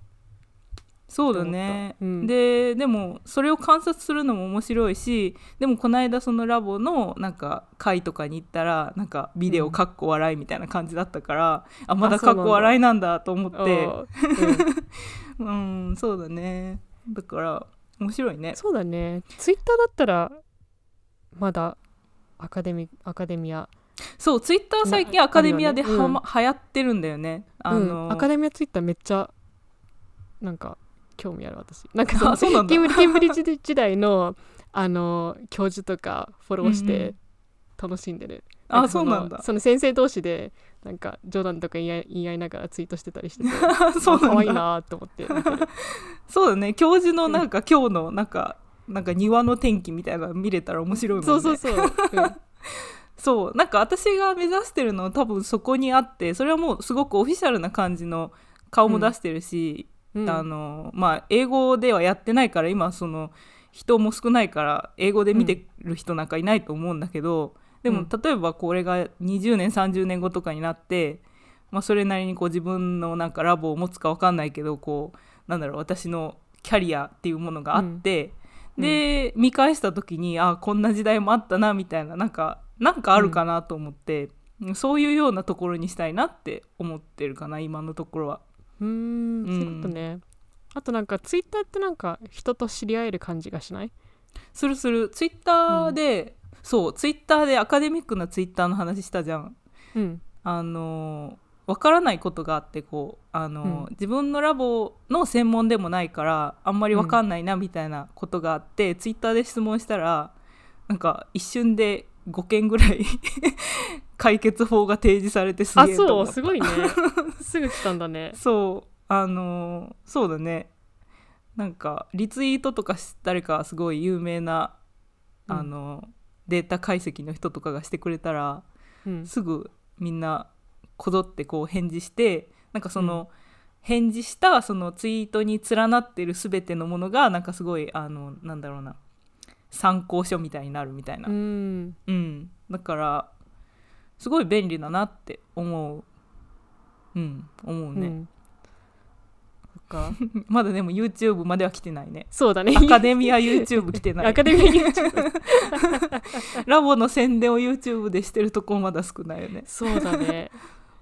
Speaker 1: そうだね、
Speaker 2: と思ったうん
Speaker 1: ででもそれを観察するのも面白いしでもこの間そのラボのなんか会とかに行ったらなんかビデ
Speaker 2: う
Speaker 1: オ
Speaker 2: ん
Speaker 1: かっこ笑いみたいな感じだったから、あまだ
Speaker 2: あそ
Speaker 1: かっ
Speaker 2: うなんだ
Speaker 1: こ笑いなんだと思っ
Speaker 2: あ
Speaker 1: て
Speaker 2: ーうん
Speaker 1: う んそうだねだから面白いね
Speaker 2: そうだねツイッターだったらまだアカデミアカデミア
Speaker 1: そうツイッター最近
Speaker 2: な
Speaker 1: アカデミアで
Speaker 2: あるよね
Speaker 1: は、ま流行ってるんだよねあの、
Speaker 2: うん、アカデミアツイッターめっちゃなんか興味ある私な んか
Speaker 1: あそうなんだ
Speaker 2: ケンブリケンブリッジ時代のあの教授とかフォローし
Speaker 1: うんう
Speaker 2: て
Speaker 1: ん
Speaker 2: 楽しんでる、
Speaker 1: あ
Speaker 2: か
Speaker 1: そう
Speaker 2: の
Speaker 1: なんだ
Speaker 2: その先生同士でなんか冗談とか言い合い言い合いながらツイートしてたりしてて
Speaker 1: そう
Speaker 2: 可
Speaker 1: なん
Speaker 2: 愛い
Speaker 1: だ
Speaker 2: なと思って見てる
Speaker 1: そうだね教授のなんか今日のなんかなんか庭の天気みたいなの見れたら面白いもんね
Speaker 2: そうそうそう、うん
Speaker 1: そうなんか私が目指してるのは多分そこにあってそれはもうすごくオフィシャルな感じの顔も出してるし、
Speaker 2: う ん
Speaker 1: あのまあ英語ではやってないから今その人も少ないから英語で見てる人なんかいないと思うんだけど、で
Speaker 2: う
Speaker 1: も
Speaker 2: ん
Speaker 1: 例えばこれが20年30年後とかになって、まあ、それなりにこう自分のなんかラボを持つか分かんないけどこうなんだろう私のキャリアっていうものがあって、
Speaker 2: うん
Speaker 1: で見返した時にあこんな時代もあったなみたいななんかなんかあるかなと思って、そういうようなところにしたいなって思ってるかな今のところは。
Speaker 2: うーん、
Speaker 1: うん
Speaker 2: そういうことね。あとなんかツイッターってなんか人と知り合える感じがしない
Speaker 1: するするツイッターで、そうツイッターでアカデミックなツイッターの話したじゃん
Speaker 2: うん
Speaker 1: あのわからないことがあってこうあの、
Speaker 2: うん
Speaker 1: 自分のラボの専門でもないからあんまりわかんないなみたいなことがあって、ツイッターで質問したらなんか一瞬で5件ぐらい 解決法が提示されてす
Speaker 2: あ
Speaker 1: げえと
Speaker 2: そ
Speaker 1: 思
Speaker 2: う
Speaker 1: った
Speaker 2: すごいねすぐ来たんだ ね
Speaker 1: そうあのそうだねなんかリツイートとかし誰かすごい有名な、
Speaker 2: うん
Speaker 1: あのデータ解析の人とかがしてくれたら
Speaker 2: うん
Speaker 1: すぐみんなこぞってこう返事してなんかその、返事したそのツイートに連なってる全てのものがなんかすごいあのなんだろうな参考書みたいになるみたいな、
Speaker 2: うん
Speaker 1: うん、だからすごい便利だなって思ううん思う
Speaker 2: う
Speaker 1: ね、
Speaker 2: んそっか
Speaker 1: まだでも YouTube までは来てないね。
Speaker 2: そうだね
Speaker 1: アカデミア YouTube 来てな
Speaker 2: ア
Speaker 1: い
Speaker 2: カ。デミー YouTube
Speaker 1: ラボの宣伝を YouTube でしてるとこまだ少ないよね。
Speaker 2: そうだね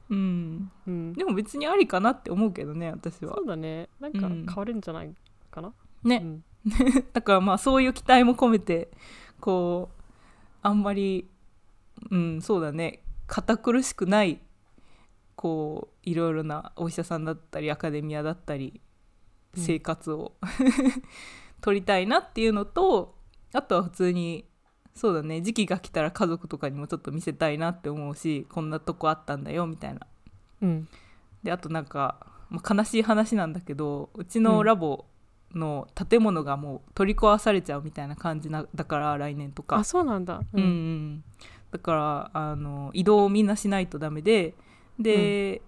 Speaker 1: うん。
Speaker 2: うん
Speaker 1: でも別にありかなって思うけどね、私は
Speaker 2: そ。うだねなんか
Speaker 1: うん
Speaker 2: 変わるんじゃないかな
Speaker 1: ね
Speaker 2: うん
Speaker 1: だからまあそういう期待も込めて、こう、あんまり、うん、そうだね、堅苦しくない、こう、いろいろなお医者さんだったり、アカデミアだったり、
Speaker 2: うん
Speaker 1: 生活を 取りたいなっていうのとあとは普通にそうだね時期が来たら家族とかにもちょっと見せたいなって思うしこんなとこあったんだよみたいな。
Speaker 2: うん
Speaker 1: であとなんか、まあ悲しい話なんだけどうち
Speaker 2: う
Speaker 1: の
Speaker 2: ん
Speaker 1: ラボの建物がもう取り壊されちゃうみたいな感じなだから来年とか
Speaker 2: あ。そうなんだ
Speaker 1: うんうん、だからあの移動をみんなしないとダメでで、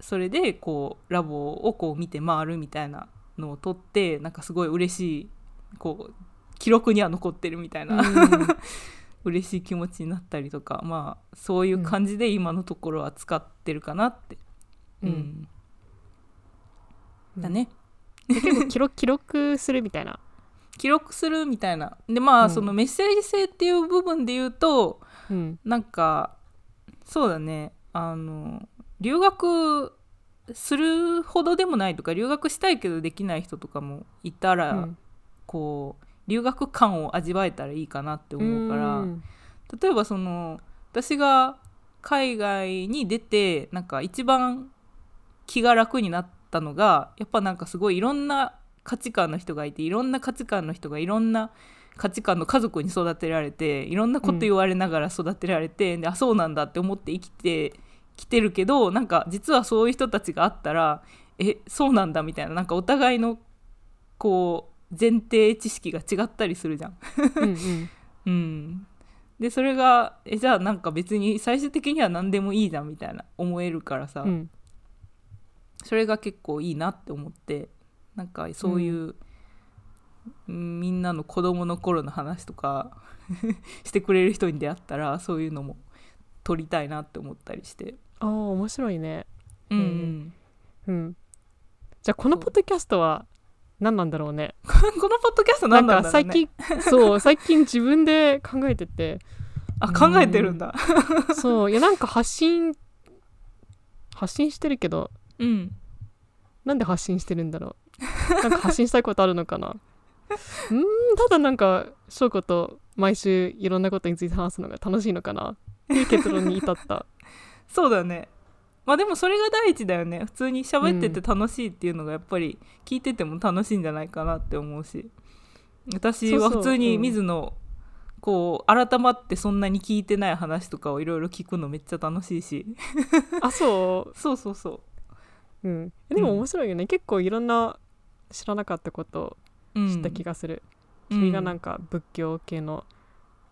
Speaker 1: それでこうラボをこう見て回るみたいなのを撮ってなんかすごい嬉しいこう記録には残ってるみたいな、
Speaker 2: うん
Speaker 1: 嬉しい気持ちになったりとかまあそういう感じで今のところは使ってるかなって、う
Speaker 2: う
Speaker 1: んんだね。
Speaker 2: 結構記録記録するみたいな
Speaker 1: 記録するみたいなでまあ、
Speaker 2: うん
Speaker 1: そのメッセージ性っていう部分で言うと
Speaker 2: うん
Speaker 1: なんかそうだねあの留学するほどでもないとか留学したいけどできない人とかもいたら、
Speaker 2: うん
Speaker 1: こう留学感を味わえたらいいかなって思うから、
Speaker 2: ん
Speaker 1: 例えばその私が海外に出てなんか一番気が楽になったのがやっぱなんかすごいいろんな価値観の人がいていろんな価値観の人がいろんな価値観の家族に育てられていろんなこと言われながら育てられて、であそうなんだって思って生きてきてるけどなんか実はそういう人たちがあったらえそうなんだみたいななんかお互いのこう前提知識が違ったりするじゃん。
Speaker 2: うんうん
Speaker 1: うん、でそれがえじゃあなんか別に最終的には何でもいいじゃんみたいな思えるからさ、
Speaker 2: うん
Speaker 1: それが結構いいなって思ってなんかそういう、うんみんなの子供の頃の話とか してくれる人に出会ったらそういうのも撮りたいなって思ったりして。
Speaker 2: ああ面白いね
Speaker 1: うん
Speaker 2: う
Speaker 1: うんん、
Speaker 2: うんじゃあこの
Speaker 1: そう
Speaker 2: ポッドキャストは何なんだろうね
Speaker 1: このポッドキャスト
Speaker 2: な
Speaker 1: 何
Speaker 2: ん
Speaker 1: なん
Speaker 2: か
Speaker 1: だろう、ね、
Speaker 2: 最近そう最近自分で考えてて
Speaker 1: あ考えてるんだ
Speaker 2: そういやなんか発信発信してるけど
Speaker 1: うん
Speaker 2: なんで発信してるんだろうなんか発信したいことあるのかなうーんただなんか翔子と毎週いろんなことについて話すのが楽しいのかなっていう結論に至った
Speaker 1: そうだねまあでもそれが第一だよね普通に喋ってて楽しいっていうのがやっぱり聞いてても楽しいんじゃないかなって思うし私は
Speaker 2: そうそう
Speaker 1: 普通に
Speaker 2: うん
Speaker 1: 水野こう改まってそんなに聞いてない話とかをいろいろ聞くのめっちゃ楽しいし
Speaker 2: あそ、
Speaker 1: そうそうそう
Speaker 2: うん、でも面白いよね、結構いろんな知らなかったこと
Speaker 1: う、う
Speaker 2: を
Speaker 1: ん、
Speaker 2: 知った気がする、
Speaker 1: うん
Speaker 2: 君がなんか仏教系の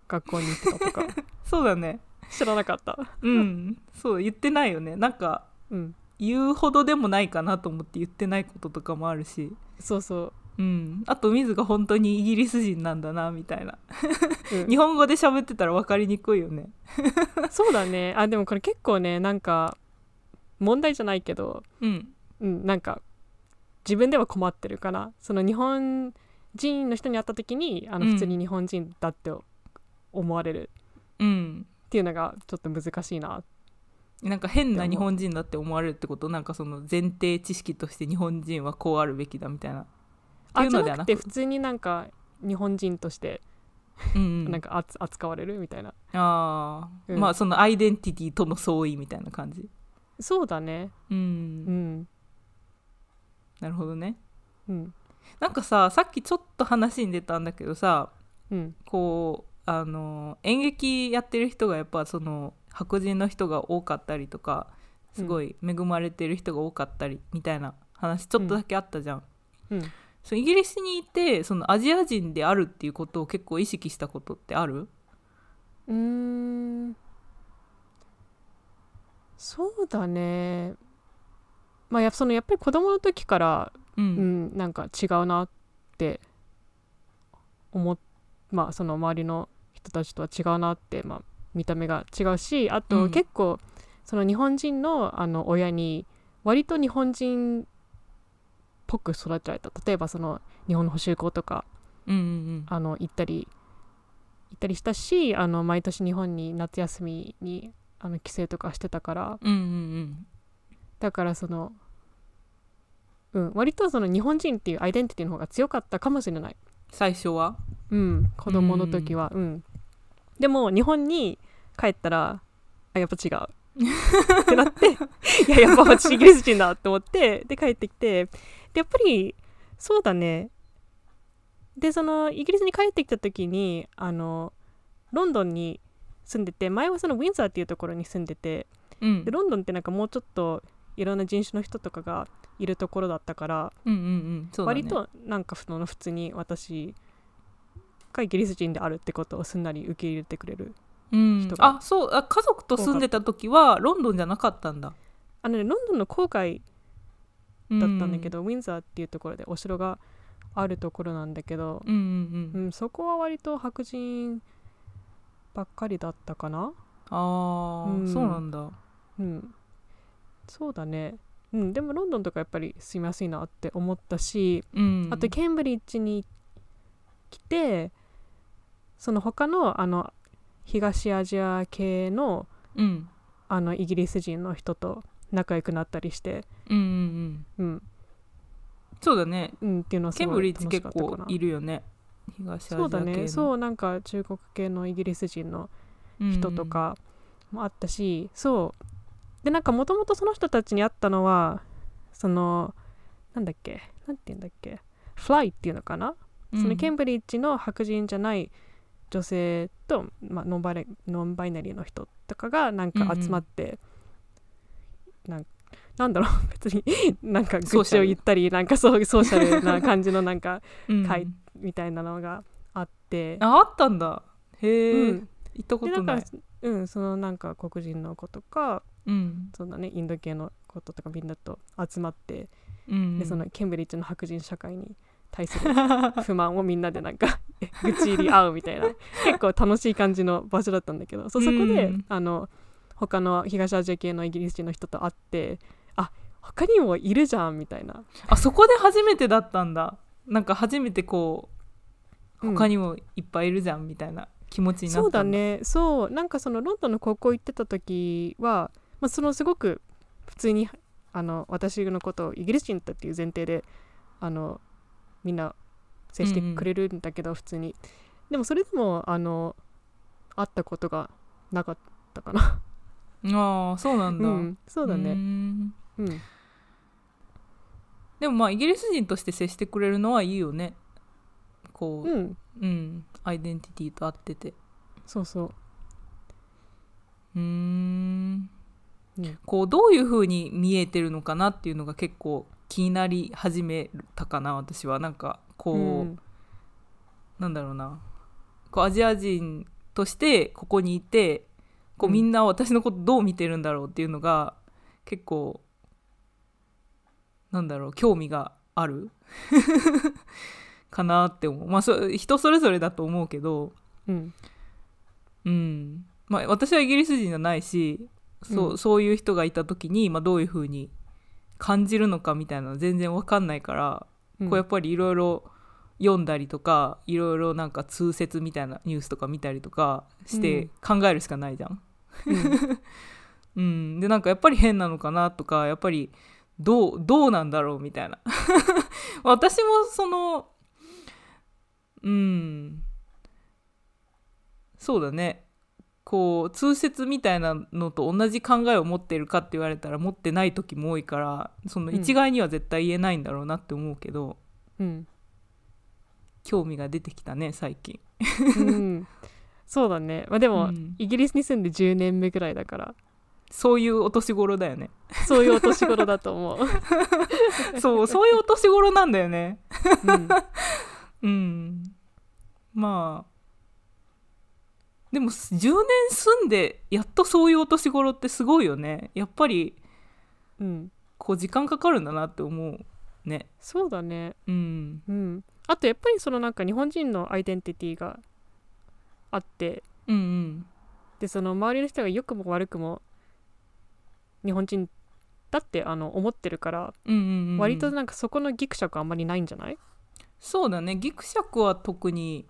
Speaker 2: 学校に行ってたとか
Speaker 1: そうだね
Speaker 2: 知らなかった
Speaker 1: うんそう言ってないよねなんか
Speaker 2: うん
Speaker 1: 言うほどでもないかなと思って言ってないこととかもあるし
Speaker 2: そうそ
Speaker 1: う
Speaker 2: う、
Speaker 1: んあと水が本当にイギリス人なんだなみたいな
Speaker 2: うん
Speaker 1: 日本語で喋ってたら分かりにくいよね
Speaker 2: そうだねあでもこれ結構ねなんか問題じゃないけど
Speaker 1: うん
Speaker 2: うん、なんか自分では困ってるからその日本人の人に会った時にあの
Speaker 1: うん
Speaker 2: 普通に日本人だって思われる
Speaker 1: うん
Speaker 2: っていうのがちょっと難しいなっ
Speaker 1: なんか変な日本人だって思われるってことなんかその前提知識として日本人はこうあるべきだみたいな。ってい
Speaker 2: あ
Speaker 1: う
Speaker 2: じゃ
Speaker 1: のでは
Speaker 2: な
Speaker 1: な
Speaker 2: く
Speaker 1: く
Speaker 2: て普通になんか日本人として
Speaker 1: うんう
Speaker 2: なん
Speaker 1: ん、
Speaker 2: かあつ扱われるみたいな
Speaker 1: ああ、
Speaker 2: うん
Speaker 1: まあそのアイデンティティとの相違みたいな感じ。
Speaker 2: そうだね
Speaker 1: うん、
Speaker 2: うん
Speaker 1: なるほどね。
Speaker 2: うん
Speaker 1: なんかささっきちょっと話に出たんだけどさ
Speaker 2: うん
Speaker 1: こうあの演劇やってる人がやっぱその白人の人が多かったりとかすごい恵まれてる人が多かったりみたいな話ちょっとだけあったじゃん。
Speaker 2: うん
Speaker 1: そうイギリスにいてそのアジア人であるっていうことを結構意識したことってある
Speaker 2: うーんそうだねまあやっぱそのやっぱり子供の時から、
Speaker 1: う
Speaker 2: うん
Speaker 1: ん、
Speaker 2: なんか違うなって思っまあその周りの人たちとは違うなって、まあ、見た目が違うしあ
Speaker 1: う
Speaker 2: と
Speaker 1: ん
Speaker 2: 結構その日本人のあの親に割と日本人っぽく育てられた例えばその日本の補習校とか
Speaker 1: うんうん
Speaker 2: あの行ったり行ったりしたしあの毎年日本に夏休みにあの帰省とかしてたから
Speaker 1: うんうんうん
Speaker 2: だからそのうん割とその日本人っていうアイデンティティの方が強かったかもしれない、
Speaker 1: 最初は
Speaker 2: うん、子供の時はうん、でも日本に帰ったらあやっぱ違うってなって いややっぱ私イギリス人だと思ってで帰ってきてでやっぱりそうだねでそのイギリスに帰ってきた時にあのロンドンに住んでて前はそのウィンザーっていうところに住んでて
Speaker 1: うん
Speaker 2: でロンドンってなんかもうちょっといろんな人種の人とかがいるところだったから、
Speaker 1: うんうんうんそうだね
Speaker 2: 割となんかその普通に私がイギリス人であるってことをすんなり受け入れてくれる
Speaker 1: うん
Speaker 2: 人、が
Speaker 1: あそうあ家族と住んでた時はロンドンじゃなかったんだ
Speaker 2: あのねロンドンの郊外
Speaker 1: だ
Speaker 2: だったんだけど、ウィンザーっていうところでお城があるところなんだけど、
Speaker 1: うんうんうん、
Speaker 2: うん、そこは割と白人ばっかりだったかな
Speaker 1: ああ、
Speaker 2: うん
Speaker 1: そうなんだ
Speaker 2: うんそうだねうんでもロンドンとかやっぱり住みやすいなって思ったし、
Speaker 1: うん
Speaker 2: あとケンブリッジに来てその他のあの東アジア系の
Speaker 1: うん
Speaker 2: あのイギリス人の人と仲良くなったりして、
Speaker 1: うんうんうん
Speaker 2: うん
Speaker 1: そうだね
Speaker 2: うん、っていうのはす
Speaker 1: ケン
Speaker 2: ご
Speaker 1: ブリ
Speaker 2: い
Speaker 1: ッジ
Speaker 2: 楽し
Speaker 1: 結
Speaker 2: かったか
Speaker 1: 構
Speaker 2: ない
Speaker 1: るよね東アジア系の
Speaker 2: そうだねそうなんか中国系のイギリス人の
Speaker 1: うんうん
Speaker 2: 人とかもあったし、そうでなんかもともとその人たちに会ったのはそのなんだっけなんて言うんだっけフライっていうのかな、
Speaker 1: うん
Speaker 2: そのケンブリッジの白人じゃない女性と、まあ、ノンバレノンバイナリーの人とかがなんか集まって、なんなんだろう 別になん
Speaker 1: ソー
Speaker 2: か愚
Speaker 1: シャ
Speaker 2: 痴
Speaker 1: ル
Speaker 2: を言ったりなんかそうソーシャルな感じのなんか
Speaker 1: うん
Speaker 2: 会みたいなのがあって。
Speaker 1: ああったんだへえ、
Speaker 2: うん
Speaker 1: 行ったこ
Speaker 2: で
Speaker 1: と
Speaker 2: なん
Speaker 1: な
Speaker 2: か
Speaker 1: い、
Speaker 2: うん、そのなんか黒人の子とか
Speaker 1: うん
Speaker 2: そうだねインド系の子とかみんなと集まって、
Speaker 1: うん、
Speaker 2: でそのケンブリッジの白人社会に対する不満をみんなでなんか 愚痴入り合うみたいな結構楽しい感じの場所だったんだけどそうそこで、
Speaker 1: うん
Speaker 2: あの他の東アジア系のイギリス人の人と会ってあ他にもいるじゃんみたいな
Speaker 1: あそこで初めてだったんだなんか初めてこう
Speaker 2: うん
Speaker 1: 他にもいっぱいいるじゃんみたいな気持ちになったん
Speaker 2: そうだねそうなんかそのロンドンの高校行ってた時は、まあ、そのすごく普通にあの私のことをイギリス人だっていう前提であのみんな接してくれるんだけど、普通にでもそれでもあの会ったことがなかったかな
Speaker 1: ああそうな
Speaker 2: うん
Speaker 1: だ、
Speaker 2: んそうだ
Speaker 1: うー
Speaker 2: ね
Speaker 1: ん
Speaker 2: うん、
Speaker 1: でもまあイギリス人として接してくれるのはいいよねこう
Speaker 2: うん
Speaker 1: うん、アイデンティティと合ってて
Speaker 2: そうそう
Speaker 1: うーん
Speaker 2: うん
Speaker 1: こうどういう風に見えてるのかなっていうのが結構気になり始めたかな私はなんかこう、
Speaker 2: うん
Speaker 1: なんだろうなこうアジア人としてここにいてこう
Speaker 2: うん
Speaker 1: みんな私のことどう見てるんだろうっていうのが結構なんだろう興味がある かなって思うまあそ人それぞれだと思うけど
Speaker 2: うん
Speaker 1: うんまあ私はイギリス人じゃないしそう,、
Speaker 2: うん
Speaker 1: そういう人がいた時に、まあ、どういうふうに感じるのかみたいなの全然わかんないから
Speaker 2: うん
Speaker 1: こうやっぱりいろいろ読んだりとかいろいろなんか通説みたいなニュースとか見たりとかし
Speaker 2: う
Speaker 1: て
Speaker 2: ん
Speaker 1: 考えるしかないじゃん。
Speaker 2: うん
Speaker 1: ううん、でなんかやっぱり変なのかなとかやっぱりどうどうなんだろうみたいな 私もそのうんそうだねこう通説みたいなのと同じ考えを持っているかって言われたら持ってない時も多いからその
Speaker 2: うん
Speaker 1: 一概には絶対言えないんだろうなって思うけど、
Speaker 2: うん、
Speaker 1: 興味が出てきたね最近。
Speaker 2: うん、そうだねまあで
Speaker 1: う
Speaker 2: も、
Speaker 1: ん
Speaker 2: イギリスに住んで10年目ぐらいだから
Speaker 1: そういうお年頃だよね。
Speaker 2: そういうお年頃だと 思う、
Speaker 1: そう、そういうお年頃なんだよね。
Speaker 2: う
Speaker 1: う
Speaker 2: ん、
Speaker 1: んまあでも10年住んでやっとそういうお年頃ってすごいよねやっぱり
Speaker 2: うん、
Speaker 1: こう時間かかるんだなって思うね
Speaker 2: そうだね
Speaker 1: うん
Speaker 2: うんあとやっぱりそのなんか日本人のアイデンティティがあって
Speaker 1: うんうん
Speaker 2: でその周りの人が良くも悪くも日本人だってあの思ってるから、
Speaker 1: うんうんうん
Speaker 2: 割となんかそこのギクシャクあんまりないんじゃない
Speaker 1: そうだねギクシャクは特に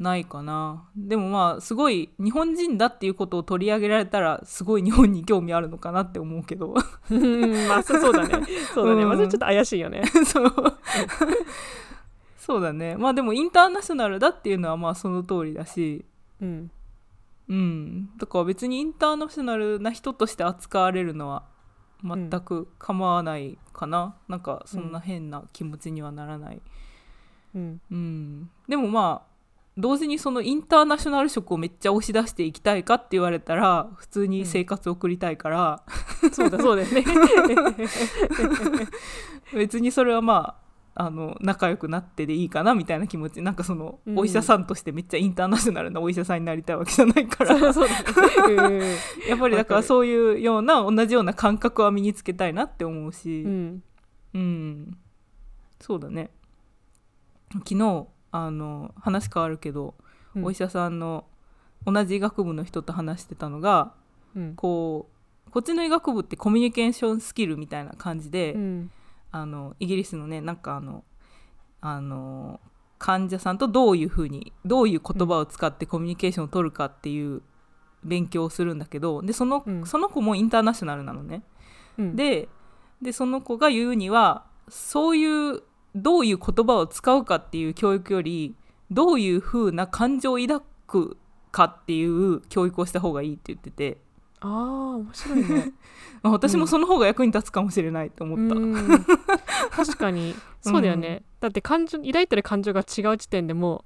Speaker 1: ないかなでもまあすごい日本人だっていうことを取り上げられたらすごい日本に興味あるのかなって思うけど
Speaker 2: うんまあそそうだ ねそうだね、
Speaker 1: うん
Speaker 2: まあそれちょっと怪しいよね
Speaker 1: そうそうだねまあでもインターナショナルだっていうのはまあその通りだし
Speaker 2: うん
Speaker 1: うん、だから別にインターナショナルな人として扱われるのは全く構わないかな、なんかそんな変な気持ちにはならない、
Speaker 2: うん
Speaker 1: うん、でもまあ同時にそのインターナショナル色をめっちゃ押し出していきたいかって言われたら普通に生活を送りたいから、
Speaker 2: そうだそうだよ ね
Speaker 1: 別にそれはまああの仲良くなってでいいかなみたいな気持ちなんかその、
Speaker 2: うん
Speaker 1: お医者さんとしてめっちゃインターナショナルなお医者さんになりたいわけじゃないから
Speaker 2: そうそうだね
Speaker 1: やっぱりだか
Speaker 2: わからる
Speaker 1: そういうような同じような感覚は身につけたいなって思う
Speaker 2: う
Speaker 1: し、
Speaker 2: ん、うん
Speaker 1: うん、そうだね昨日あの話変わるけど、
Speaker 2: うん
Speaker 1: お医者さんの同じ医学部の人と話してたのが
Speaker 2: うん
Speaker 1: こうこっちの医学部ってコミュニケーションスキルみたいな感じで、
Speaker 2: うん
Speaker 1: あのイギリスのねなんかあのあの患者さんとどういうふうにどういう言葉を使ってコミュニケーションを取るかっていう勉強をするんだけどでその,、
Speaker 2: うん
Speaker 1: その子もインターナショナルなのね。
Speaker 2: うん
Speaker 1: ででその子が言うにはそういうどういう言葉を使うかっていう教育よりどういうふうな感情を抱くかっていう教育をした方がいいって言ってて、
Speaker 2: ああ面白いね
Speaker 1: まあ私もその方が役に立つかもしれないと思った。
Speaker 2: うん確か にそうだよね、だって感情抱いてる感情が違う時点でも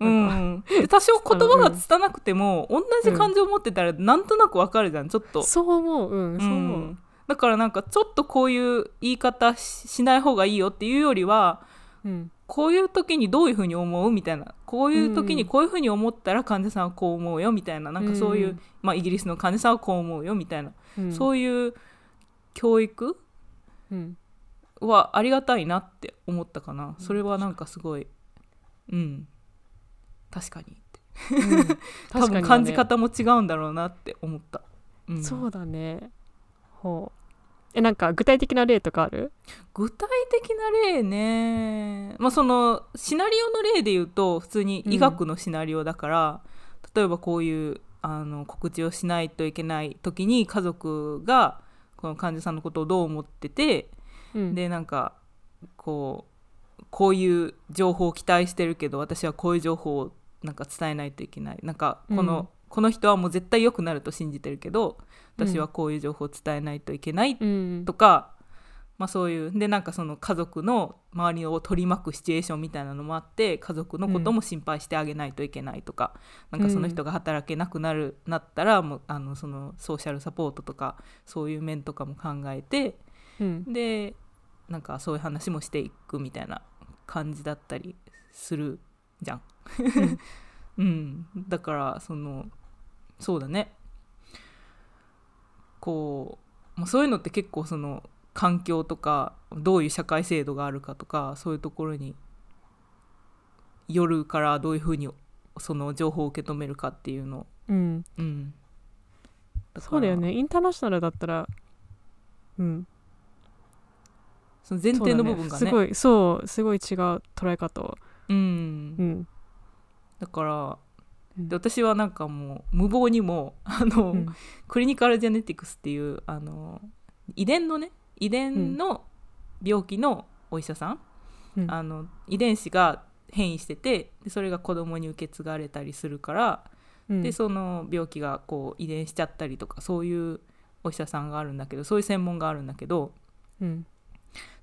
Speaker 1: うん、で多少言葉がつたなくても、同じ感情を持ってたらなんとなくわかるじゃんちょっと
Speaker 2: う、そう思ううんそう
Speaker 1: う
Speaker 2: 思う、
Speaker 1: んだからなんかちょっとこういう言い方ししない方がいいよっていうよりは
Speaker 2: うん
Speaker 1: こういう時にどういうふうに思うみたいなこういう時にこういうふうに思ったら患者さんはこう思うよみたいななんかそういう、
Speaker 2: うん
Speaker 1: まあ、イギリスの患者さんはこう思うよみたいな、
Speaker 2: うん、
Speaker 1: そういう教育
Speaker 2: うん、
Speaker 1: はありがたいなって思ったかなそれはなんかすごいうん確かにって
Speaker 2: う
Speaker 1: 多
Speaker 2: ん確かにだ
Speaker 1: 分
Speaker 2: ね
Speaker 1: 感じ方も違うんだろうなって思った、うん
Speaker 2: そうだねほうえなんか具体的な例とかある
Speaker 1: 具体的な例ね、まあ、そのシナリオの例で言うと普通に医学のシナリオだから、例えばこういうあの告知をしないといけない時に家族がこの患者さんのことをどう思ってて、
Speaker 2: うん
Speaker 1: でなんかこうこういう情報を期待してるけど私はこういう情報をなんか伝えないといけないなんかこの、
Speaker 2: うん
Speaker 1: この人はもう絶対良くなると信じてるけど
Speaker 2: うん
Speaker 1: 私はこういう情報を伝えないといけない
Speaker 2: うん
Speaker 1: とか、まあ、そういうでなんかその家族の周りを取り巻くシチュエーションみたいなのもあって家族のことも心配してあげないといけないとか、なんかその人が働けなくなるなったらもうあのそのソーシャルサポートとかそういう面とかも考えて
Speaker 2: うん
Speaker 1: でなんかそういう話もしていくみたいな感じだったりするじゃん。 うん、だからそのそうだねこうもうそういうのって結構その環境とかどういう社会制度があるかとかそういうところによるからどういうふうにその情報を受け止めるかっていうの、
Speaker 2: うん
Speaker 1: うん、だから
Speaker 2: そうだよねインターナショナルだったらうん
Speaker 1: その前
Speaker 2: そう
Speaker 1: 提
Speaker 2: だ
Speaker 1: の
Speaker 2: ね
Speaker 1: 部分が
Speaker 2: す
Speaker 1: ね
Speaker 2: ごいそうすごい違う捉え方を
Speaker 1: うん
Speaker 2: う、ん
Speaker 1: だから
Speaker 2: うん
Speaker 1: で私はなんかもう無謀にも あの、
Speaker 2: うん
Speaker 1: クリニカルジェネティクスっていうあの遺伝のね遺伝の病気のお医者さん、
Speaker 2: うん
Speaker 1: あの遺伝子が変異しててでそれが子供に受け継がれたりするから、
Speaker 2: うん
Speaker 1: でその病気がこう遺伝しちゃったりとかそういうお医者さんがあるんだけどそういう専門があるんだけど
Speaker 2: うん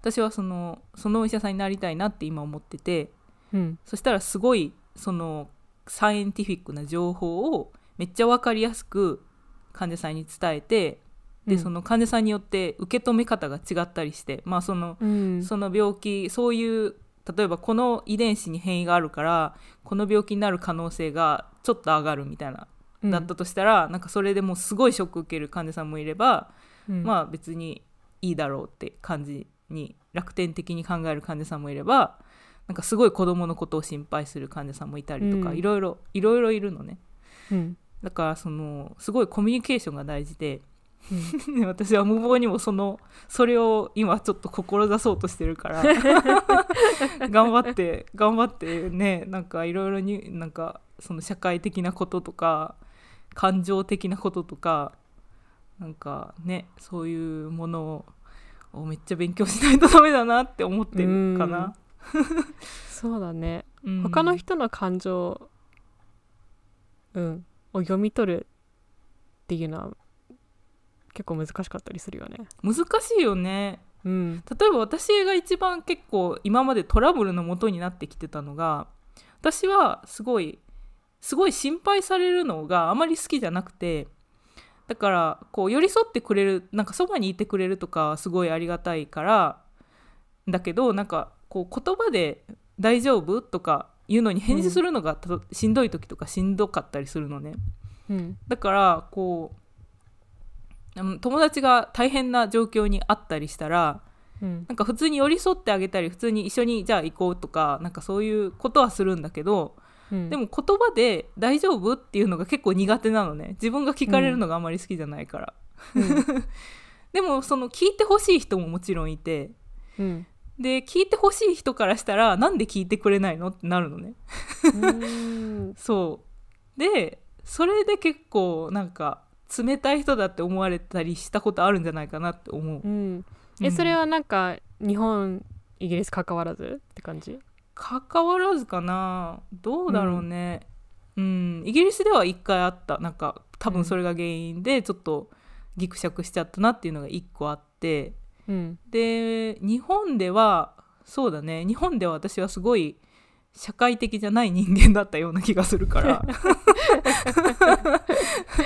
Speaker 1: 私はそのそのお医者さんになりたいなって今思ってて
Speaker 2: うん
Speaker 1: そしたらすごいそのサイエンティフィックな情報をめっちゃ分かりやすく患者さんに伝えてで、
Speaker 2: うん
Speaker 1: その患者さんによって受け止め方が違ったりしてまあその
Speaker 2: うん
Speaker 1: その病気そういう例えばこの遺伝子に変異があるからこの病気になる可能性がちょっと上がるみたいな
Speaker 2: うん
Speaker 1: だったとしたら、なんかそれでもうすごいショック受ける患者さんもいれば、
Speaker 2: うん
Speaker 1: まあ別にいいだろうって感じに楽天的に考える患者さんもいればなんかすごい子どものことを心配する患者さんもいたりとか、
Speaker 2: うん
Speaker 1: いろいろいろいろいるのね
Speaker 2: うん
Speaker 1: だからそのすごいコミュニケーションが大事で
Speaker 2: うん
Speaker 1: 私は無謀にもそのそれを今ちょっと志そうとしてる から頑張って頑張ってねなんかいろいろになんかその社会的なこととか感情的なこととかなんかねそういうものをめっちゃ勉強しないとダメだなって思ってるかな。
Speaker 2: そうだね
Speaker 1: うん
Speaker 2: 他の人の感情うんを読み取るっていうのは結構難しかったりするよね
Speaker 1: 難しいよね
Speaker 2: うん
Speaker 1: 例えば私が一番結構今までトラブルの元になってきてたのが私はすごいすごい心配されるのがあまり好きじゃなくてだからこう寄り添ってくれるなんかそばにいてくれるとかはすごいありがたいからだけどなんかこう言葉で「大丈夫?」とか言うのに返事するのがたしんどい時とかしんどかったりするのね。
Speaker 2: うん
Speaker 1: だからこううん友達が大変な状況にあったりしたら
Speaker 2: うん
Speaker 1: なんか普通に寄り添ってあげたり普通に一緒にじゃあ行こうとかなんかそういうことはするんだけど、
Speaker 2: うん
Speaker 1: でも言葉で「大丈夫?」っていうのが結構苦手なのね自分が聞かれるのがあんまり好きじゃないから、でもその聞いてほしい人ももちろんいて
Speaker 2: うん
Speaker 1: で聞いてほしい人からしたらなんで聞いてくれないのってなるのね
Speaker 2: うん
Speaker 1: そうでそれで結構なんか冷たい人だって思われたりしたことあるんじゃないかなって思う
Speaker 2: うん
Speaker 1: う
Speaker 2: え
Speaker 1: ん
Speaker 2: それはなんか日本イギリス関わらずって感じ
Speaker 1: 関わらずかなどうだろうねうん、イギリスでは1回あったなんか多分それが原因でちょっとギクシャクしちゃったなっていうのが1個あって
Speaker 2: うん
Speaker 1: で日本ではそうだね日本では私はすごい社会的じゃない人間だったような気がするから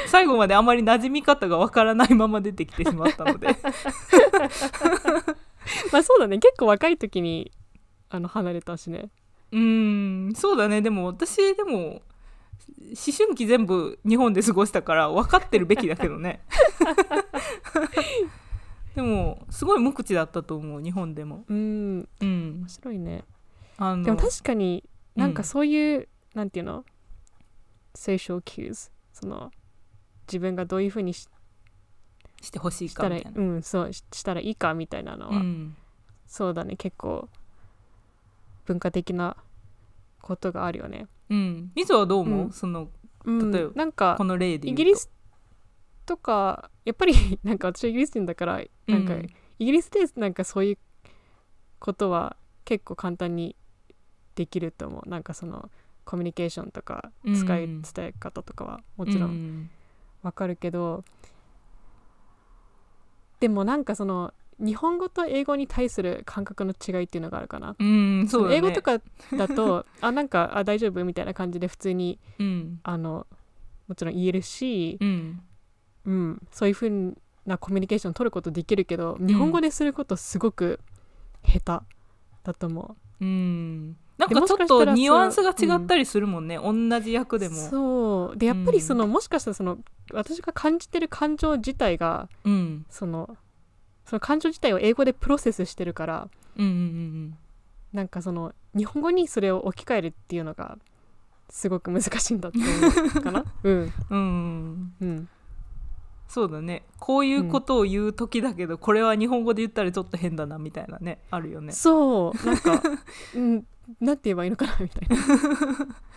Speaker 1: 最後まであまり馴染み方がわからないまま出てきてしまったので
Speaker 2: まあそうだね結構若い時にあの離れたしね
Speaker 1: うんそうだねでも私でも思春期全部日本で過ごしたから分かってるべきだけど ねでもすごい無口だったと思う日本でも
Speaker 2: うん面
Speaker 1: うん
Speaker 2: 白いね
Speaker 1: あの
Speaker 2: でも確かになんか
Speaker 1: うん
Speaker 2: そういう、なんていうの social cues その自分がどういうふうにし
Speaker 1: してほしい
Speaker 2: し
Speaker 1: か
Speaker 2: たら
Speaker 1: みたいな
Speaker 2: うんそうししたらいいかみたいなのは、
Speaker 1: うん
Speaker 2: そうだね結構文化的なことがあるよね、
Speaker 1: うん、みぞはどう思う、
Speaker 2: うん
Speaker 1: その
Speaker 2: うん
Speaker 1: 例えば
Speaker 2: なんか
Speaker 1: この例で言
Speaker 2: イ
Speaker 1: うと
Speaker 2: ギリスとかやっぱり なんか私はイギリス人だからなんか、
Speaker 1: うん
Speaker 2: イギリスでなんかそういうことは結構簡単にできると思うなんかそのコミュニケーションとか
Speaker 1: うん
Speaker 2: 使い、伝え方とかはもちろ
Speaker 1: うんん
Speaker 2: わかるけど、でもなんかその日本語と英語に対する感覚の違いっていうのがあるかな、
Speaker 1: うんそ
Speaker 2: そ
Speaker 1: う
Speaker 2: の
Speaker 1: だ、ね、
Speaker 2: 英語と、かだとあなんかあ大丈夫みたいな感じで普通に
Speaker 1: うん
Speaker 2: あのもちろん言えるし、
Speaker 1: うん、
Speaker 2: うん、そういうふうなコミュニケーションを取ることできるけど日本語ですることすごく下手だと思
Speaker 1: うん、なん
Speaker 2: で
Speaker 1: か
Speaker 2: も
Speaker 1: ち
Speaker 2: し
Speaker 1: ょ
Speaker 2: か
Speaker 1: っ
Speaker 2: した
Speaker 1: と
Speaker 2: ら
Speaker 1: ニュアンスが
Speaker 2: そう
Speaker 1: 違ったりするもんね、同じ
Speaker 2: う
Speaker 1: 役でも
Speaker 2: そうでやっぱりその、もしかしたらその私が感じてる感情自体が
Speaker 1: うん
Speaker 2: そのその感情自体を英語でプロセスしてるから
Speaker 1: うんうん
Speaker 2: なんかその日本語にそれを置き換えるっていうのがすごく難しいんだって思う かなうん
Speaker 1: うんうんうん
Speaker 2: うん
Speaker 1: そうだねこういうことを言う時だけど、これは日本語で言ったらちょっと変だなみたいなねあるよね
Speaker 2: そうな んか、うん、なんて言えばいいのかなみたいな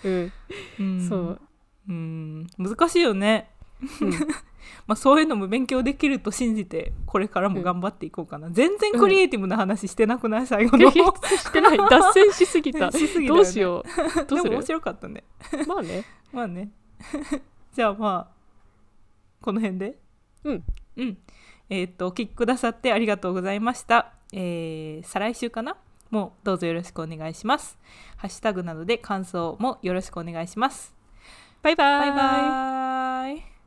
Speaker 2: うん
Speaker 1: うん
Speaker 2: そう、
Speaker 1: うん難しいよね、
Speaker 2: うん
Speaker 1: まあ、そういうのも勉強できると信じてこれからも頑張っていこうかな、全然クリエイティブな話してなくない最後の
Speaker 2: 提出してない脱線しすぎ た
Speaker 1: しすぎだよね
Speaker 2: どうしようど
Speaker 1: で
Speaker 2: う
Speaker 1: すも面
Speaker 2: る
Speaker 1: 白かったね
Speaker 2: まあね
Speaker 1: まあねじゃあまあこの辺で
Speaker 2: うん
Speaker 1: うんえっ、とお聞きくださってありがとうございましたえー再来週かなもうどうぞよろしくお願いしますハッシュタグなどで感想もよろしくお願いします
Speaker 2: バイバ
Speaker 1: バ
Speaker 2: イ
Speaker 1: イバイ